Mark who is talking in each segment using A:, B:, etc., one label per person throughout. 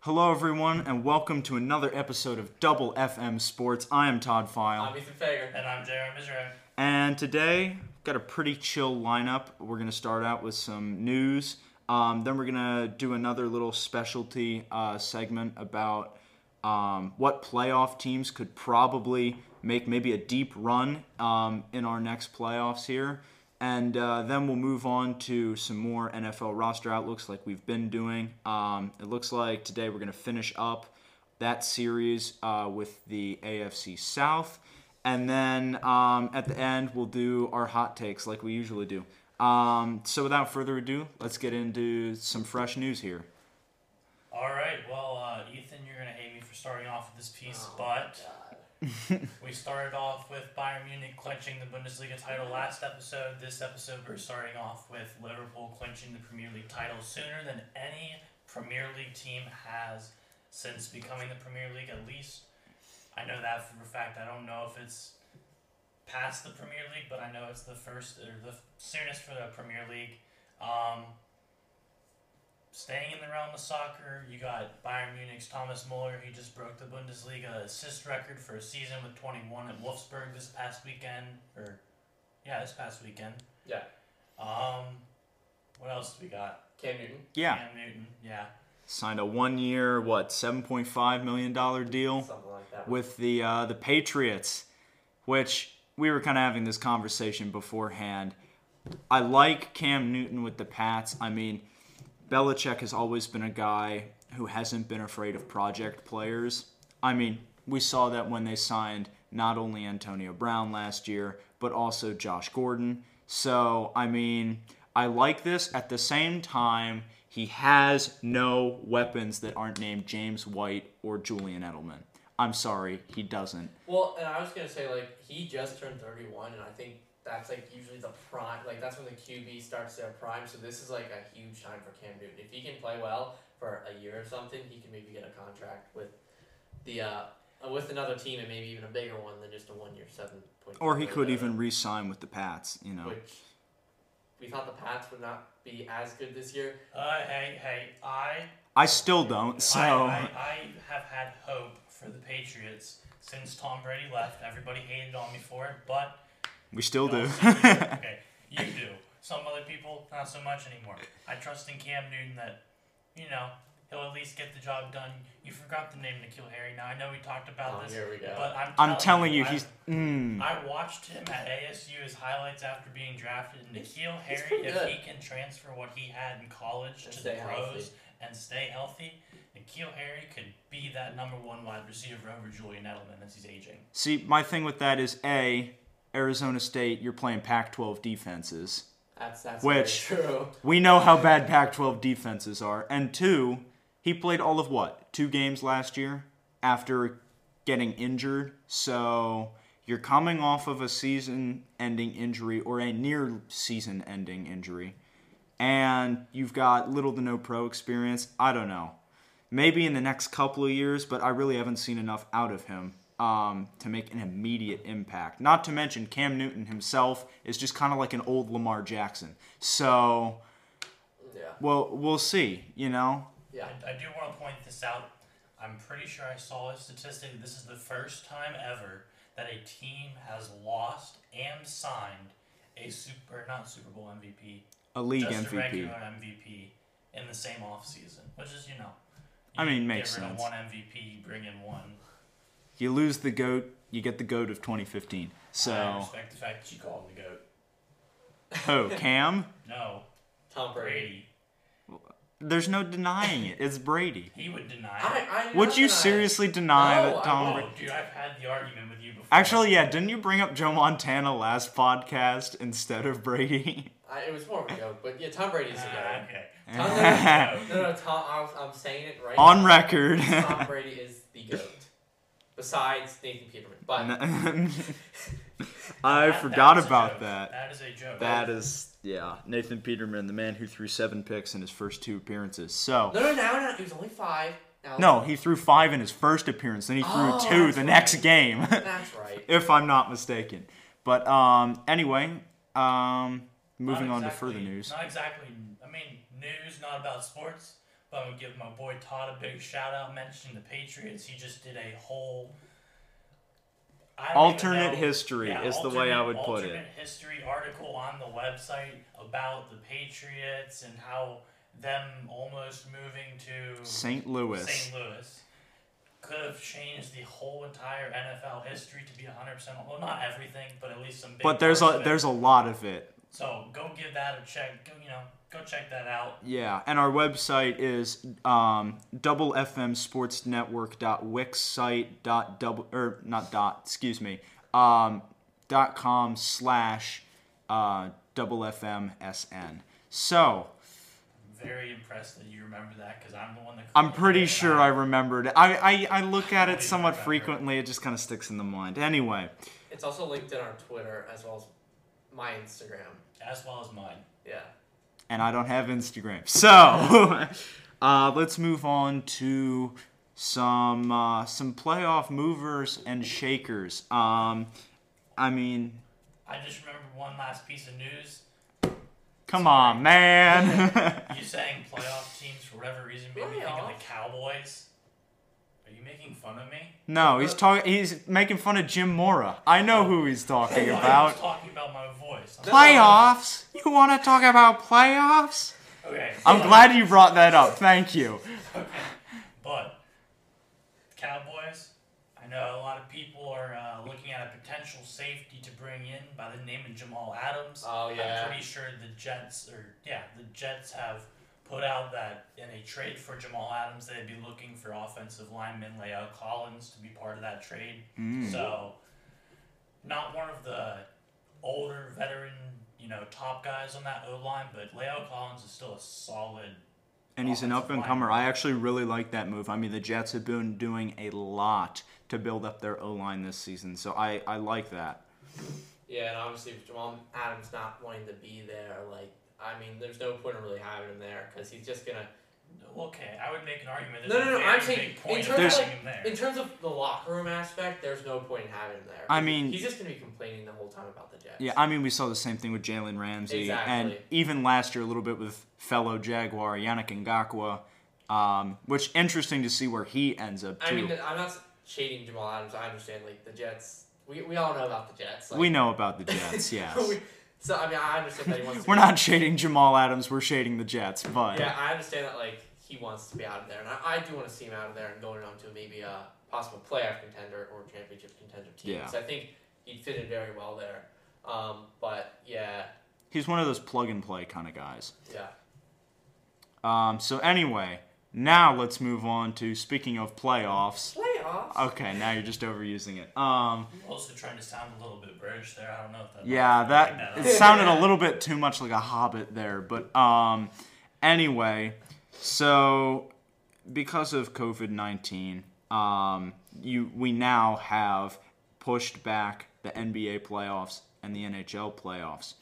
A: Hello, everyone, and welcome to another episode of Double FM Sports. I am Todd File,
B: I'm Ethan Uh, Fager.
C: And I'm Jared Mizraim.
A: and today we've got a pretty chill lineup. We're going to start out with some news, um, then we're going to do another little specialty uh, segment about um, what playoff teams could probably make maybe a deep run um, in our next playoffs here. And uh, then we'll move on to some more NFL roster outlooks like we've been doing. Um, it looks like today we're going to finish up that series uh, with the AFC South. And then um, at the end, we'll do our hot takes like we usually do. Um, so without further ado, let's get into some fresh news here.
C: All right, well, uh, Ethan, you're going to hate me for starting off with this piece, but we started off with Bayern Munich clinching the Bundesliga title last episode. This episode, we're starting off with Liverpool clinching the Premier League title sooner than any Premier League team has since becoming the Premier League, at least. I know that for a fact. I don't know if it's past the Premier League, but I know it's the first or the soonest for the Premier League. Um, staying in the realm of soccer, you got Bayern Munich's Thomas Muller. He just broke the Bundesliga assist record for a season with 21 at Wolfsburg this past weekend. Or, yeah, this past weekend.
B: Yeah.
C: Um, what else do we got?
B: Cam Newton.
A: Yeah,
C: Cam Newton. Yeah.
A: signed a one-year, what, $7.5 million deal?
B: Something like that.
A: with the uh, the Patriots, which we were kind of having this conversation beforehand. I like Cam Newton with the Pats. I mean, Belichick has always been a guy who hasn't been afraid of project players. I mean, we saw that when they signed not only Antonio Brown last year, but also Josh Gordon. So, I mean, I like this. At the same time, he has no weapons that aren't named James White or Julian Edelman. I'm sorry, he doesn't.
B: well, and I was gonna say like he just turned 31, and I think that's like usually the prime. Like that's when the QB starts their prime. So this is like a huge time for Cam Newton. If he can play well for a year or something, he can maybe get a contract with the uh, uh, with another team and maybe even a bigger one than just a one year seven point.
A: Or he could even re sign with the Pats, you know.
B: Which we thought the Pats would not be as good this year.
C: Uh, hey, hey, I
A: I still don't, so.
C: I, I, I have had hope for the Patriots since Tom Brady left. Everybody hated on me for it, but
A: We still do.
C: No, some people- okay, you do. Some other people, not so much anymore. I trust in Cam Newton that, you know, he'll at least get the job done. You forgot the name Nikhil Harry. Now I know we talked about
B: Oh,
C: this,
B: here we go.
C: but I'm,
A: I'm telling you,
C: I-
A: he's. Mm,
C: I watched him at ASU his highlights after being drafted. Nikhil
B: he's
C: Harry,
B: pretty
C: if
B: good.
C: he can transfer what he had in college
B: And
C: to the
B: stay
C: pros
B: healthy.
C: and stay healthy, Nikhil Harry could be that number one wide receiver over Julian Edelman as he's aging.
A: see, my thing with that is A, Arizona State, you're playing Pac 12 defenses.
B: That's that's
A: Which-
B: very true.
A: We know how bad Pac 12 defenses are. And two, he played all of what? Two games last year after getting injured. So you're coming off of a season ending injury or a near season ending injury. And you've got little to no pro experience. I don't know. Maybe in the next couple of years, but I really haven't seen enough out of him um, to make an immediate impact. Not to mention, Cam Newton himself is just kind of like an old Lamar Jackson. So.
B: Yeah.
A: Well, we'll see. You know,
B: Yeah.
C: I, I do want to point this out. I'm pretty sure I saw a statistic. This is the first time ever that a team has lost and signed a super, not Super Bowl MVP,
A: a league
C: just a
A: MVP.
C: regular MVP in the same offseason, which is, you know.
A: I mean,
C: you
A: makes
C: get rid
A: sense.
C: Of one MVP, you bring in one.
A: You lose the goat, you get the goat of 2015.
C: I
A: So,
C: respect the fact that you called him the GOAT.
A: oh, Cam,
C: No,
B: Tom Brady.
C: Brady.
A: there's no denying it. It's Brady.
C: He would deny it.
B: I, I
A: Would you
B: know that I-
A: seriously deny
B: No,
A: that
B: I
A: Tom?
B: won't.
A: Brady?
C: Oh, dude, I've had the argument with you before.
A: Actually, yeah. Didn't you bring up Joe Montana last podcast instead of Brady?
B: I, it was more of a joke, but yeah, Tom Brady's a
C: Ah,
B: guy.
C: okay.
B: Tom
C: Brady's the
B: No, no, Tom. I'm, I'm saying it right.
A: On
B: now.
A: record.
B: Tom Brady is the goat. Besides Nathan Peterman, but
A: I
C: That-
A: forgot
C: that's a
A: about
C: joke.
A: that.
C: That is a joke.
A: That is, yeah, Nathan Peterman, the man who threw seven picks in his first two appearances. So,
B: no, no, no, no. He was only five. Now
A: No, he threw five in his first appearance. Then he threw
B: Oh,
A: two
B: that's
A: the
B: right.
A: next game,
B: That's right.
A: if I'm not mistaken. But um, anyway, um, moving
C: Not
A: on to
C: exactly-
A: further news.
C: Not exactly. I mean, news not about sports, But I'm gonna give my boy Todd a big shout out. Mentioning the Patriots, he just did a whole I don't even
A: Alternate
C: know-
A: history is the way I would put it.
C: alternate History article on the website about the Patriots and how them almost moving to
A: St. Louis.
C: St. Louis could have changed the whole entire NFL history to be 100%. Well, not everything, but at least some big.
A: But there's
C: parts
A: a
C: of it.
A: there's a lot of it.
C: So go give that a check. Go, you know, go check that out.
A: Yeah, and our website is um, doublefmsportsnetwork.wixsite.double or er, not dot excuse me um, dot com slash uh, double fmsn. So
C: I'm very impressed that you remember that because I'm the one that.
A: I'm pretty sure I remembered it. I, I, I look at it
C: Please
A: somewhat
C: remember.
A: frequently. It just kind of sticks in the mind. Anyway,
B: It's also linked in our Twitter as well as my Instagram.
C: As well as mine.
B: Yeah.
A: and I don't have Instagram. So uh, let's move on to some uh, some playoff movers and shakers. Um, I mean,
C: I just remember one last piece of news.
A: come on, man.
C: You saying playoff teams for whatever reason made me think of
B: Playoff?
C: the Cowboys. Are you making fun of me?
A: no, he's talking. He's making fun of Jim Mora. I know who he's talking
C: I was
A: about.
C: talking about my voice. I'm-
A: Playoffs? You want to talk about playoffs?
C: Okay.
A: I'm glad you brought that up. Thank you.
C: But Cowboys, I know a lot of people are uh, looking at a potential safety to bring in by the name of Jamal Adams.
B: Oh, yeah.
C: I'm pretty sure the Jets or yeah, the Jets have put out that in a trade for Jamal Adams, they'd be looking for offensive lineman Leo Collins to be part of that trade. So not one of the older veteran, you know, top guys on that O line, but Leo Collins is still a solid
A: And he's an
B: Oh,
C: offensive
A: up and comer. I actually really like that move. I mean, the Jets have been doing a lot to build up their O line this season, so I, I like that.
B: Yeah, and obviously with Jamal Adams not wanting to be there, like I mean, there's no point in really having him there because he's just gonna.
C: Okay, I would make an argument.
B: No,
C: There's
B: no,
C: a
B: no, I'm
C: very
B: saying
C: big
B: in
C: point of
B: terms
A: of,
C: having him there.
B: In terms of the locker room aspect, there's no point in having him there.
A: I mean-
B: he's just gonna be complaining the whole time about the Jets.
A: Yeah, I mean, we saw the same thing with Jalen Ramsey, and
B: Exactly.
A: even last year a little bit with fellow Jaguar Yannick Ngakwa, um, which interesting to see where he ends up
B: I
A: too.
B: mean, I'm not shading Jamal Adams. I understand like the Jets. We, we all know about the Jets. Like,
A: we know about the Jets, yes.
B: we- so I mean, I understand that he wants. to
A: We're
B: be-
A: not shading Jamal Adams, we're shading the Jets, but
B: Yeah, I understand that like he wants to be out of there, and I, I do want to see him out of there and going on to maybe a possible playoff contender or championship contender team.
A: Yeah.
B: So I think he'd fit in very well there. Um, but yeah,
A: he's one of those plug and play kind of guys.
B: yeah.
A: Um, so anyway, now let's move on to speaking of playoffs.
B: Playoffs.
A: Okay, now you're just overusing it. Um,
C: I'm also trying to sound a little bit British there. I don't know if that.
A: yeah, that
C: Bring
A: it
C: up.
A: sounded a little bit too much like a hobbit there, but um, anyway, so because of COVID nineteen, um, you we now have pushed back the NBA playoffs and the NHL playoffs,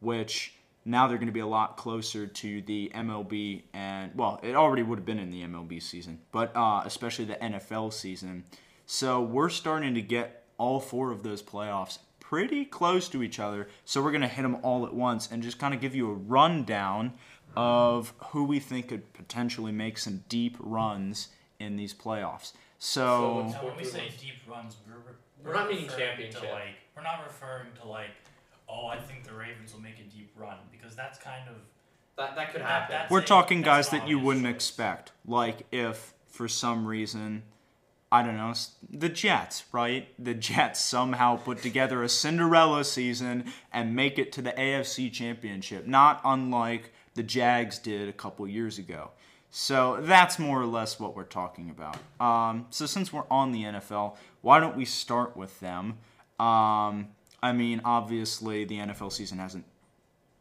A: which now they're going to be a lot closer to the MLB and well, it already would have been in the MLB season, but uh, especially the NFL season. So we're starting to get all four of those playoffs pretty close to each other. So we're going to hit them all at once and just kind of give you a rundown of who we think could potentially make some deep runs in these playoffs. So,
B: So
C: Now, when we say deep runs, we're,
B: We're not meaning
C: referring
B: championship.
C: To like, we're not referring to like, oh, I think the Ravens will make a deep run because that's kind of
B: That that could
C: That-
B: happen.
C: that's-
A: We're
C: say
A: talking
C: that's
A: guys
C: an
A: that you
C: obvious
A: wouldn't
C: choice.
A: expect. Like if for some reason, I don't know, s- the Jets, right? The Jets somehow put together a Cinderella season and make it to the AFC Championship, not unlike the Jags did a couple years ago. So that's more or less what we're talking about. Um, so since we're on the NFL, why don't we start with them? Um, I mean, obviously the NFL season hasn't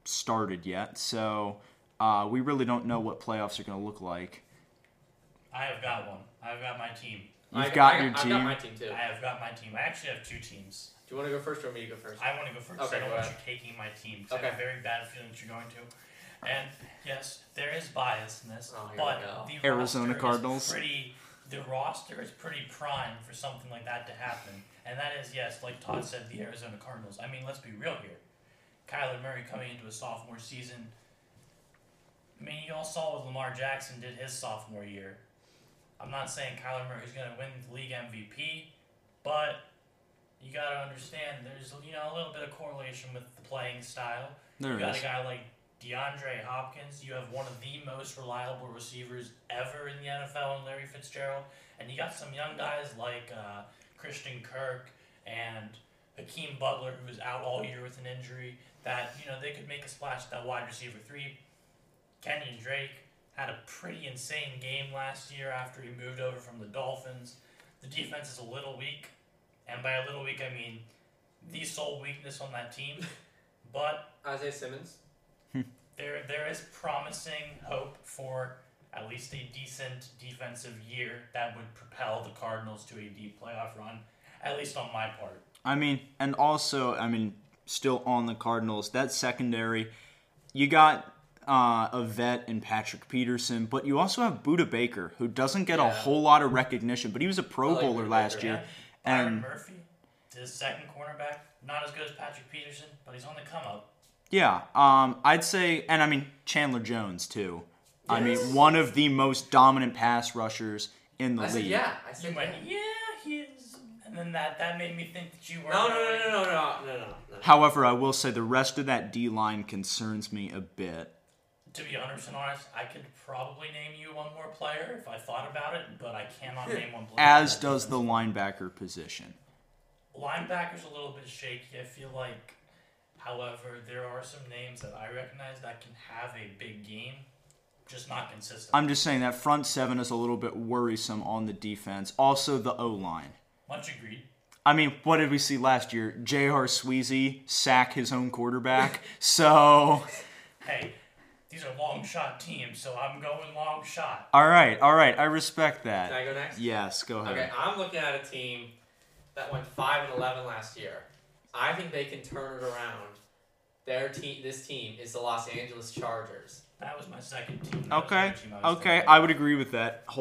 A: started yet, so uh, we really don't know what playoffs are going to look like.
C: I have got one. I've got my team.
B: I-
A: You've got
B: I-
A: your
B: I've got
A: team.
B: my team too.
C: I have got my team. I actually have two teams.
B: Do you want to go first or me to go first?
C: I want to go first.
B: Okay,
C: I don't
B: go
C: want you
B: ahead.
C: taking my team. 'cause I have
B: Okay.
C: a very bad feeling that you're going to. And yes, there is bias in this,
B: Oh, here we
C: but
B: go.
C: the
A: Arizona
C: roster is
A: Cardinals.
C: pretty. The roster is pretty prime for something like that to happen, and that is yes, like Todd said, the Arizona Cardinals. I mean, let's be real here. Kyler Murray coming into a sophomore season, I mean, you all saw what Lamar Jackson did his sophomore year. I'm not saying Kyler Murray's going to win the league MVP, but you got to understand there's you know a little bit of correlation with the playing style.
A: There
C: You
A: it
C: got
A: is.
C: a guy like DeAndre Hopkins. You have one of the most reliable receivers ever in the NFL in Larry Fitzgerald. And you got some young guys like uh, Christian Kirk and Hakeem Butler, who was out all year with an injury, that, you know, they could make a splash at that wide receiver three. Kenyon Drake had a pretty insane game last year after he moved over from the Dolphins. The defense is a little weak. And by a little weak, I mean the sole weakness on that team. But
B: Isaiah Simmons.
C: there there is promising hope for at least a decent defensive year that would propel the Cardinals to a deep playoff run, at least on my part.
A: I mean, and also, I mean, still on the Cardinals, that secondary, you got uh, a vet in Patrick Peterson, but you also have Buda Baker, who doesn't get a
B: Yeah.
A: whole lot of recognition, but he was a Pro
B: I like
A: Bowler
B: Buda
A: last
B: Baker,
A: year.
C: Byron
A: And
C: Murphy, his second cornerback, not as good as Patrick Peterson, but he's on the come up.
A: yeah, um, I'd say, and I mean, Chandler Jones, too. I
B: Yes.
A: mean, one of the most dominant pass rushers in the
B: I said
A: league.
B: yeah. I said
C: You went,
B: yeah.
C: yeah, he is. And then that that made me think that you were.
B: No, no, no, no, no, no, no, no. no.
A: However, I will say the rest of that D line concerns me a bit.
C: To be 100% honest, I could probably name you one more player if I thought about it, but I cannot name one player.
A: as
C: that
A: does the linebacker position.
C: Linebacker's a little bit shaky, I feel like. However, there are some names that I recognize that can have a big game, just not consistent.
A: I'm just saying that front seven is a little bit worrisome on the defense. Also, the O line.
C: Much agreed.
A: I mean, what did we see last year? J.R. Sweezy sack his own quarterback. so,
C: Hey, these are long shot teams, so I'm going long shot.
A: all right, all right, I respect
B: Can
A: that.
B: I go next?
A: Yes, go ahead.
B: Okay, I'm looking at a team that went five and eleven last year. I think they can turn it around. Their team, this team, is the Los Angeles Chargers.
C: That was my second team. That was the
A: Okay,
C: other team I was
A: okay,
C: thinking.
A: I would agree with that
B: Do you want me to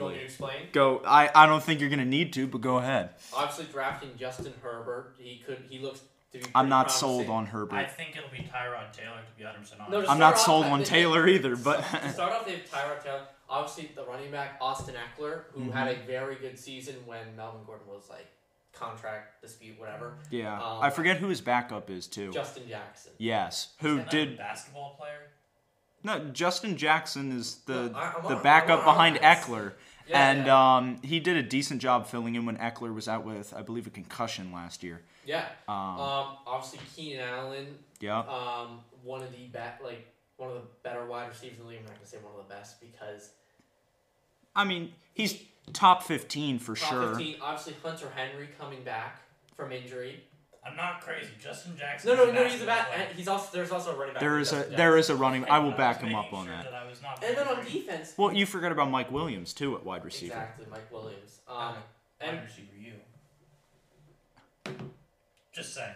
A: wholeheartedly.
B: explain?
A: Go. I, I don't think you're gonna need to, but go ahead.
B: Obviously, drafting Justin Herbert, he could. He looks to be.
A: I'm not
B: pretty
A: sold
B: promising.
A: on
C: I
A: Herbert.
C: think it'll be Tyrod Taylor, to be 100% honest.
B: No, just-
A: I'm not
B: start off
A: sold
B: by
A: on
B: the-
A: Taylor either, but
B: So, to start off, they have Tyrod Taylor. Obviously, the running back Austin Eckler, who
A: Mm-hmm.
B: had a very good season when Melvin Gordon was like contract dispute, whatever.
A: yeah,
B: Um,
A: I forget who his backup is too.
B: Justin Jackson.
A: Yes,
C: Is
A: who
C: that not a
A: did
C: basketball player?
A: No, Justin Jackson is the
B: No, I- I'm
A: the
B: on-
A: backup
B: I'm on
A: behind
B: offense.
A: Eckler,
B: Yeah,
A: and
B: yeah.
A: Um, he did a decent job filling in when Eckler was out with, I believe, a concussion last year.
B: Yeah.
A: Um,
B: Um, obviously, Keenan Allen,
A: yeah,
B: um, one of the be- like one of the better wide receivers in the league. I'm not gonna say one of the best because
A: I mean he's top fifteen for
B: top
A: sure.
B: 15. Obviously, Hunter Henry coming back from injury.
C: I'm not crazy. Justin Jackson.
B: No, no,
C: is
B: no. He's a
C: basketball
B: bat.
C: player.
B: He's also there's also a running back.
A: There
B: named
A: is a
B: Justin
A: there is a running. I will
C: was
A: back him
C: making
A: up on
C: sure
A: that.
C: I was not
B: Jackson. And then on
C: being
B: defense,
A: Well, you forgot about Mike Williams too at wide receiver.
B: exactly Mike Williams. Um,
C: Um,
B: and,
C: wide receiver, you. Just saying.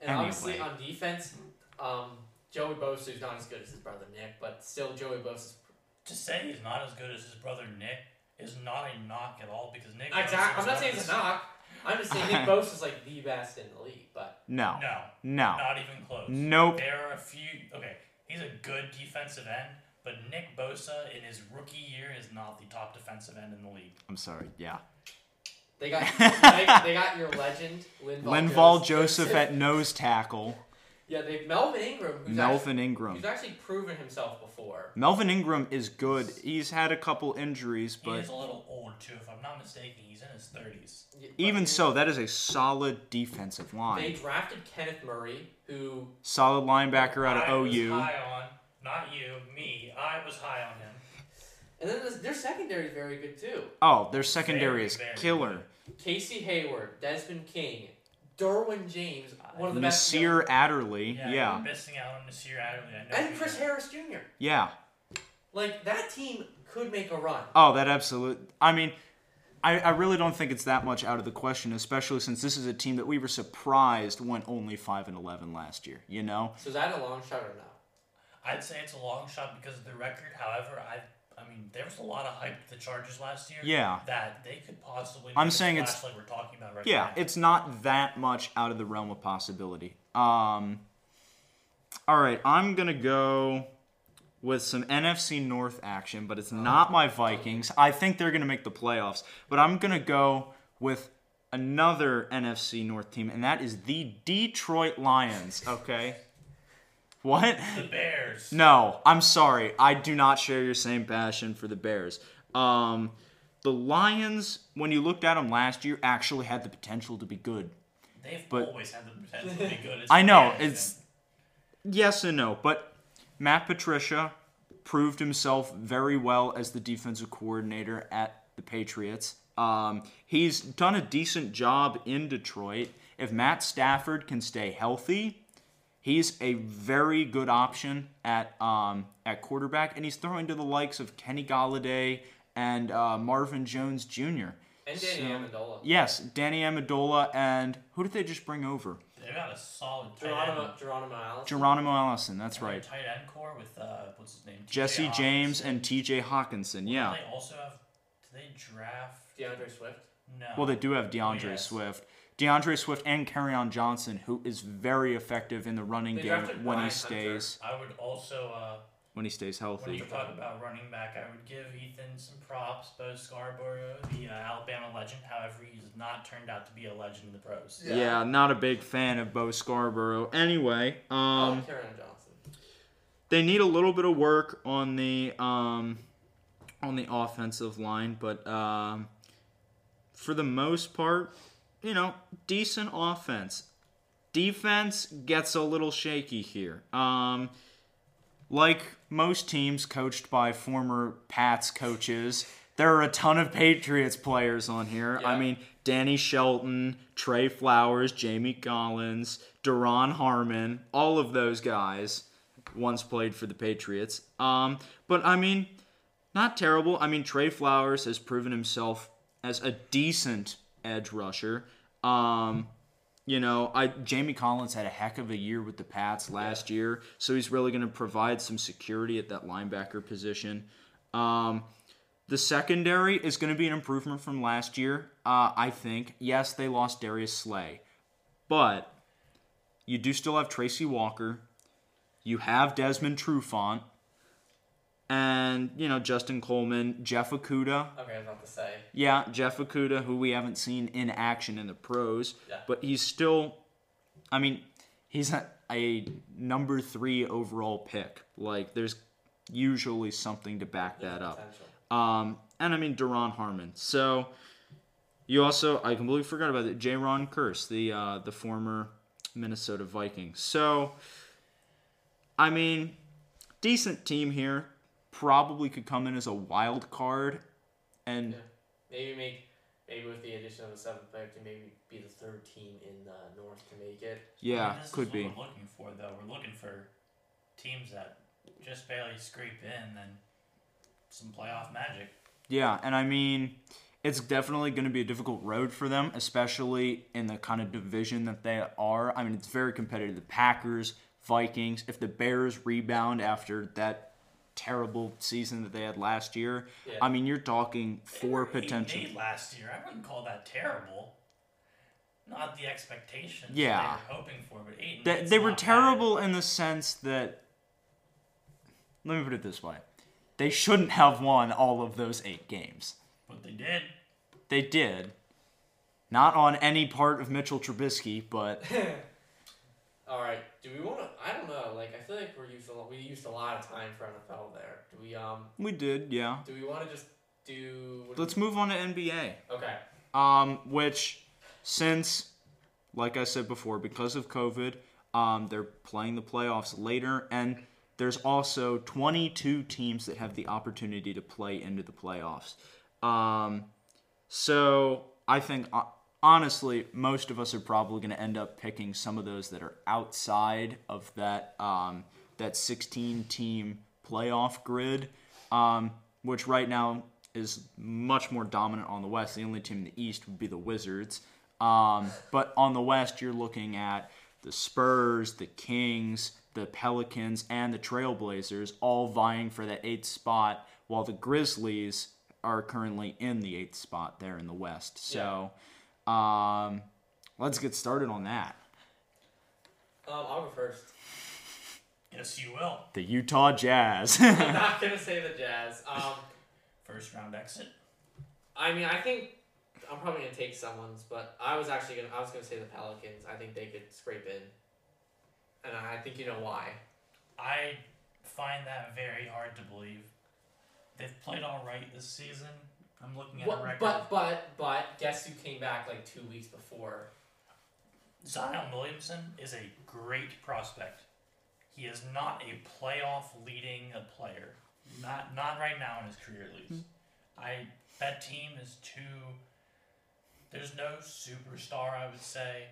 B: and obviously
A: Anyway.
B: on defense, um, Joey Bosa who's not as good as his brother Nick, but still Joey Bosa's
C: To say he's not as good as his brother Nick is not a knock at all because Nick. Bosa
B: Exactly.
C: was
B: I'm not
C: one
B: saying
C: of
B: it's a
C: the-
B: knock. I'm just saying Nick Bosa is like the best in the league. But
A: No,
C: No,
A: no,
C: not even close.
A: nope.
C: There are a few. Okay, he's a good defensive end, but Nick Bosa in his rookie year is not the top defensive end in the league.
A: I'm sorry. Yeah,
B: they got they, they got your legend Linval,
A: Linval
B: Joseph.
A: Joseph at nose tackle.
B: Yeah, they Melvin Ingram. Who's
A: Melvin
B: Actually,
A: Ingram.
B: who's actually proven himself before.
A: Melvin Ingram is good. He's had a couple injuries,
C: He
A: but
C: is a little old too, if I'm not mistaken. He's in his 30s.
B: Yeah, but
A: even so, that is a solid defensive line.
B: they drafted Kenneth Murray, who
A: solid linebacker out
C: I
A: of
C: was
A: OU.
C: high on, not you, me. I was high on him.
B: and then this, their secondary is very good too.
A: Oh, their secondary
C: Very,
A: is
C: very
A: killer.
B: Casey Hayward, Desmond King, Derwin James, one of the best.
A: Nasir Adderley.
C: Yeah,
A: Yeah.
C: you're
A: yeah,
C: missing out on Nasir Adderley. I know
B: And
C: you
B: Chris
C: did.
B: Harris Jr. Like that team could make a run.
A: Oh, that absolute. I mean, I, I really don't think it's that much out of the question, especially since this is a team that we were surprised went only five and eleven last year. You know,
B: So is that a long shot or no?
C: I'd say it's a long shot because of the record. However, I I mean there was a lot of hype to the Chargers last year.
A: Yeah.
C: That they could possibly.
A: I'm
C: make a
A: saying it's-
C: splash like we're talking about right
A: yeah,
C: now.
A: it's not that much out of the realm of possibility. Um, all right, I'm gonna go. with some NFC North action, but
C: Oh.
A: it's not my Vikings. I think they're going to make the playoffs, but I'm going to go with another NFC North team, and that is the Detroit Lions. Okay. What?
C: The Bears.
A: No, I'm sorry. I do not share your same passion for the Bears. Um, the Lions, when you looked at them last year, actually had the potential to be good.
C: They've
A: but-
C: always had the potential to be good. It's
A: I know
C: Bears,
A: it's yes and no, but Matt Patricia proved himself very well as the defensive coordinator at the Patriots. Um, he's done a decent job in Detroit. If Matt Stafford can stay healthy, he's a very good option at um, at quarterback, and he's throwing to the likes of Kenny Galladay and uh, Marvin Jones Jr.
B: And Danny Amendola.
A: Yes, Danny Amendola, and who did they just bring over?
C: and They've got a solid tight
B: Geronimo,
C: end,
B: Geronimo Allison.
A: Geronimo Allison, that's right.
C: tight end core with uh, what's his name? TJ
A: Jesse
C: Hawkins.
A: James and TJ Hawkinson, yeah.
C: They also have. Do they draft?
B: DeAndre Swift.
C: No.
A: Well, they do have DeAndre
C: Yes.
A: Swift. DeAndre Swift and Carryon Johnson, who is very effective in the running
B: They
A: game
B: drafted
A: when he
B: Ryan
A: stays
C: I would also. Uh,
A: when he stays
C: when
A: healthy.
C: you talk about running back, I would give Ethan some props. Bo Scarborough, the uh, Alabama legend. However, he's not turned out to be a legend in the pros.
A: Yeah. not a big fan of Bo Scarborough. Anyway,
B: I
A: um,
C: Oh.
B: like Karen Oh, Johnson.
A: they need a little bit of work on the um, on the offensive line, but um, for the most part, you know, decent offense. Defense gets a little shaky here. Um, like most teams coached by former Pats coaches, there are a ton of Patriots players on here. I
B: Yeah.
A: mean, Danny Shelton, Trey Flowers, Jamie Collins, Daron Harmon, all of those guys once played for the Patriots. Um, but I mean, not terrible. I mean, Trey Flowers has proven himself as a decent edge rusher. Um, you know, I Jamie Collins had a heck of a year with the Pats last year, so he's really going to provide some security at that linebacker position. Um, the secondary is going to be an improvement from last year, uh, I think. Yes, they lost Darius Slay, but you do still have Tracy Walker. You have Desmond Trufant. And, you know, Justin Coleman, Jeff Okuda.
B: Okay, I was about to say.
A: Yeah, Jeff Okuda, who we haven't seen in action in the pros.
B: Yeah.
A: But he's still, I mean, he's a, a number three overall pick. Like, there's usually something to back that up.
B: Potential.
A: Um, and I mean Daron Harmon. So you also I completely forgot about it. J. Ron Curse, the uh, the former Minnesota Viking. So I mean, decent team here. Probably could come in as a wild card, and
B: Yeah. Maybe make maybe with the addition of a seventh player to maybe be the third team in the North to make it.
A: yeah,
C: this
A: could
C: is
A: be.
C: What we're looking for though, we're looking for teams that just barely scrape in, then some playoff magic.
A: Yeah, and I mean, it's definitely going to be a difficult road for them, especially in the kind of division that they are. I mean, it's very competitive. The Packers, Vikings, if the Bears rebound after that terrible season that they had last year,
B: Yeah.
A: I mean, you're talking four
C: They were eight and
A: potential.
C: eight last year. I wouldn't call that terrible. Not the expectations
A: Yeah.
C: they were hoping for, but eight. and
A: They,
C: eight's
A: they were
C: not bad.
A: terrible in the sense that, let me put it this way, they shouldn't have won all of those eight games.
C: but they did.
A: They did. Not on any part of Mitchell Trubisky, but
B: All right. Do we want to? I don't know. Like I feel like we're used a lot, we used a lot of time for NFL there. Do we um?
A: we did, yeah.
B: Do we want to just do? what do
A: Let's move on to NBA.
B: we- okay.
A: Um, which, since, like I said before, because of COVID, um, they're playing the playoffs later, and there's also 22 teams that have the opportunity to play into the playoffs. Um, so I think uh, honestly, most of us are probably going to end up picking some of those that are outside of that um, that 16 team playoff grid, um, which right now is much more dominant on the West. The only team in the East would be the Wizards, um, but on the West, you're looking at the Spurs, the Kings, the Pelicans, and the Trailblazers all vying for that eighth spot, while the Grizzlies are currently in the eighth spot there in the West. So, um, let's get started on that.
B: Um, I'll go first.
C: Yes, you will.
A: The Utah Jazz.
B: I'm not gonna say the Jazz. Um,
C: First round exit.
B: I mean, I think I'm probably gonna take someone's, but I was actually gonna I was gonna say the Pelicans. I think they could scrape in, and I think you know why.
C: I find that very hard to believe. They've played all right this season. I'm looking at
B: What-
C: a record.
B: but but but guess who came back like two weeks before?
C: Zion Williamson is a great prospect. He is not a playoff leading player. Not not right now in his career at least.
B: Hmm.
C: I that team is too there's no superstar I would say.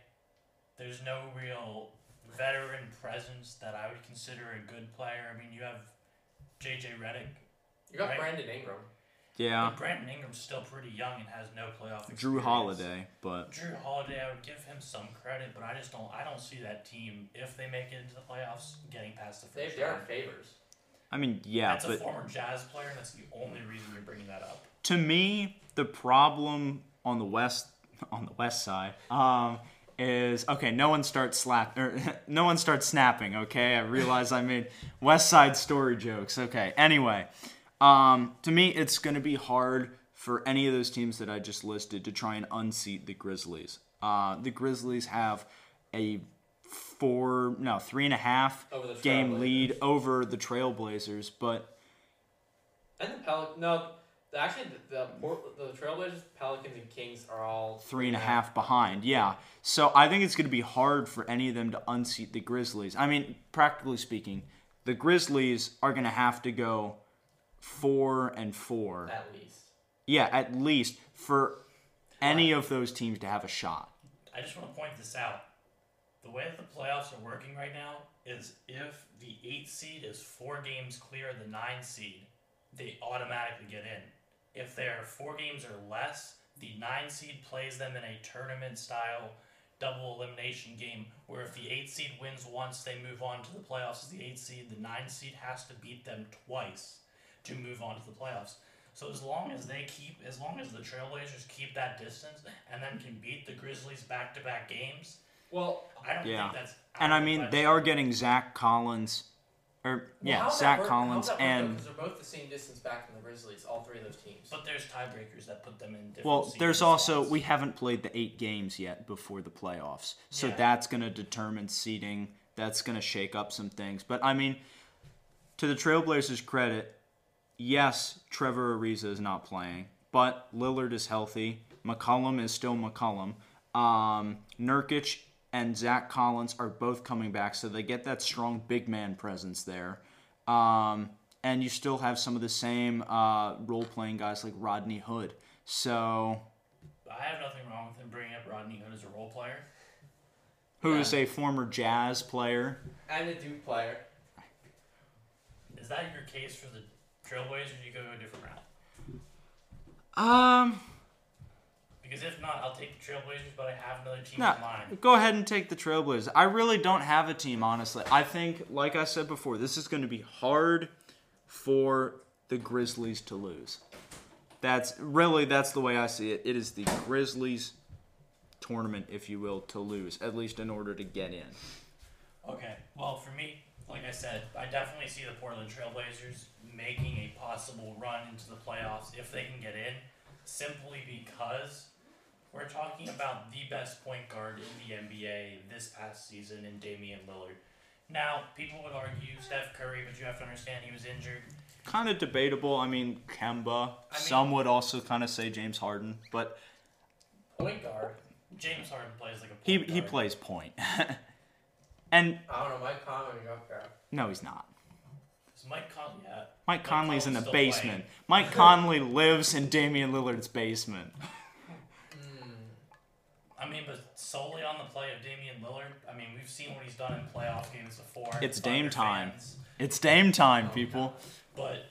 C: There's no real veteran presence that I would consider a good player. I mean you have JJ Redick.
B: You got
C: Right.
B: Brandon Ingram.
A: yeah.
C: but Brandon Ingram's still pretty young and has no playoff experience.
A: Drew Holiday, but
C: Drew Holiday, I would give him some credit, but I just don't. I don't see that team if they make it into the playoffs getting past the
B: They
C: first
B: they're
C: round.
B: in favors.
A: I mean, yeah,
C: that's a
A: but
C: former Jazz player, and that's the only reason you're bringing that up.
A: to me, the problem on the west on the west side um, is okay. No one starts slap or no one starts snapping. Okay, I realize I made West Side Story jokes. Okay, anyway, um, to me, it's going to be hard for any of those teams that I just listed to try and unseat the Grizzlies. Uh, the Grizzlies have a four no three and a half
B: Over the
A: game
B: Trailblazers.
A: lead over the Trailblazers, but
B: And the Pelicans. No, the- actually, the the, Port- the Trailblazers, Pelicans, and Kings are all
A: three and a half behind. Yeah. So I think it's going to be hard for any of them to unseat the Grizzlies. I mean, practically speaking, the Grizzlies are going to have to go four and four.
B: at least.
A: Yeah, at least for any of those teams to have a shot.
C: I just want to point this out. The way that the playoffs are working right now is if the eight seed is four games clear of the nine seed, they automatically get in. If they're four games or less, the nine seed plays them in a tournament style double elimination game where if the eight seed wins once, they move on to the playoffs as the eight seed. The nine seed has to beat them twice to move on to the playoffs. So as long as they keep, as long as the Trailblazers keep that distance and then can beat the Grizzlies back to back games,
B: Well,
C: I don't
A: Yeah.
C: think that's. out
A: And I
C: of the
A: mean,
C: question.
A: they are getting Zach Collins, or yeah,
B: how's that
A: Zach
B: work- how's
A: Collins
B: that work, though?
A: and
B: 'Cause they're both the same distance back from the Grizzlies. All three of those teams.
C: But there's tiebreakers that put them in. Different
A: Well, there's
C: seeding
A: also
C: spots.
A: we haven't played the eight games yet before the playoffs, so
C: Yeah.
A: that's going to determine seeding. That's going to shake up some things. But I mean, to the Trailblazers' credit, yes, Trevor Ariza is not playing, but Lillard is healthy. McCollum is still McCollum. Um, Nurkic and Zach Collins are both coming back, so they get that strong big man presence there. Um, and you still have some of the same uh, role playing guys like Rodney Hood. So,
C: I have nothing wrong with him bringing up Rodney Hood as a role player.
A: who is a former jazz player.
B: and a Duke player.
C: Is that your case for the Trailblazers? Or you go a different route?
A: Um,
C: Because if not, I'll take the Trailblazers. But I have another team
A: No,
C: in mind.
A: go ahead and take the Trailblazers. I really don't have a team, honestly. I think, like I said before, this is going to be hard for the Grizzlies to lose. That's really that's the way I see it. It is the Grizzlies tournament, if you will, to lose at least in order to get in.
C: Okay. Well, for me, like I said, I definitely see the Portland Trailblazers making a possible run into the playoffs if they can get in, simply because we're talking about the best point guard in the NBA this past season in Damian Lillard. Now, people would argue Steph Curry, but you have to understand he was injured.
A: Kind of debatable. I mean, Kemba. Some would also kind of say James Harden, but
B: Point guard.
C: James Harden plays like a point
A: he he
C: guard.
A: plays point. and
B: I don't know. Mike Conley got there.
A: no, he's not.
C: Is Mike Conley at?
A: Mike Conley's in the
C: still playing.
A: basement. Mike Conley lives in Damian Lillard's basement.
C: I mean, but solely on the play of Damian Lillard, I mean, we've seen what he's done in playoff games before.
A: It's
C: Thunder
A: Dame time.
C: fans,
A: It's Dame time, people.
C: but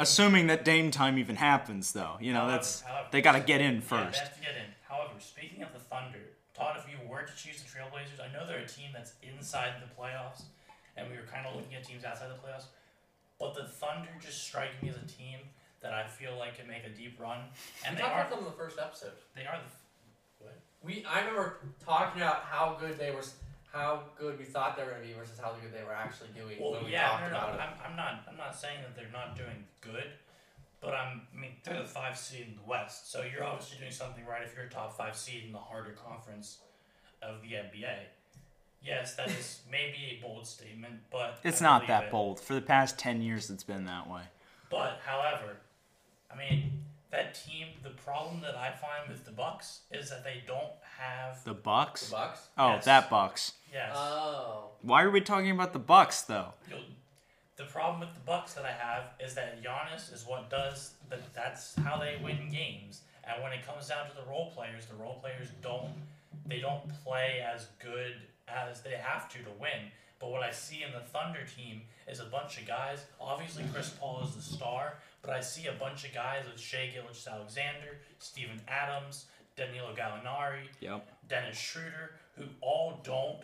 A: Assuming that Dame time even happens, though, you know that's they got to get in
C: Yeah, they
A: first.
C: have to get in. However, speaking of the Thunder, Todd, if you were to choose the Trailblazers, I know they're a team that's inside the playoffs, and we were kind of looking at teams outside the playoffs, but the Thunder just strike me as a team that I feel like can make a deep run, and
B: We
C: they
B: talked
C: are
B: about them in the first episode.
C: they are the
B: We I remember talking about how good they were. s- how good we thought they were going to be versus how good they were actually doing
C: Well,
B: when we
C: yeah,
B: talked
C: no, no,
B: about
C: no,
B: it.
C: I'm, I'm not. I'm not saying that they're not doing good, but I'm. I mean, they're the five seed in the West, so you're obviously doing something right if you're a top five seed in the harder conference of the NBA. Yes, that is maybe a bold statement, but
A: It's
C: I
A: not
C: believe
A: that
C: it.
A: bold. For the past 10 years, it's been that way.
C: But however, I mean, that team. The problem that I find with the Bucks is that they don't have.
A: The Bucks?
B: The Bucks.
A: Oh,
C: Yes.
A: that Bucks.
C: Yes.
B: Oh,
A: Why are we talking about the Bucks though?
C: You'll- The problem with the Bucks that I have is that Giannis is what does that. That's how they win games. And when it comes down to the role players, the role players don't. They don't play as good as they have to to win. But what I see in the Thunder team is a bunch of guys. Obviously, Chris Paul is the star, but I see a bunch of guys with Shea Gillis Alexander, Steven Adams, Danilo Gallinari,
A: Yep.
C: Dennis Schroeder, who all don't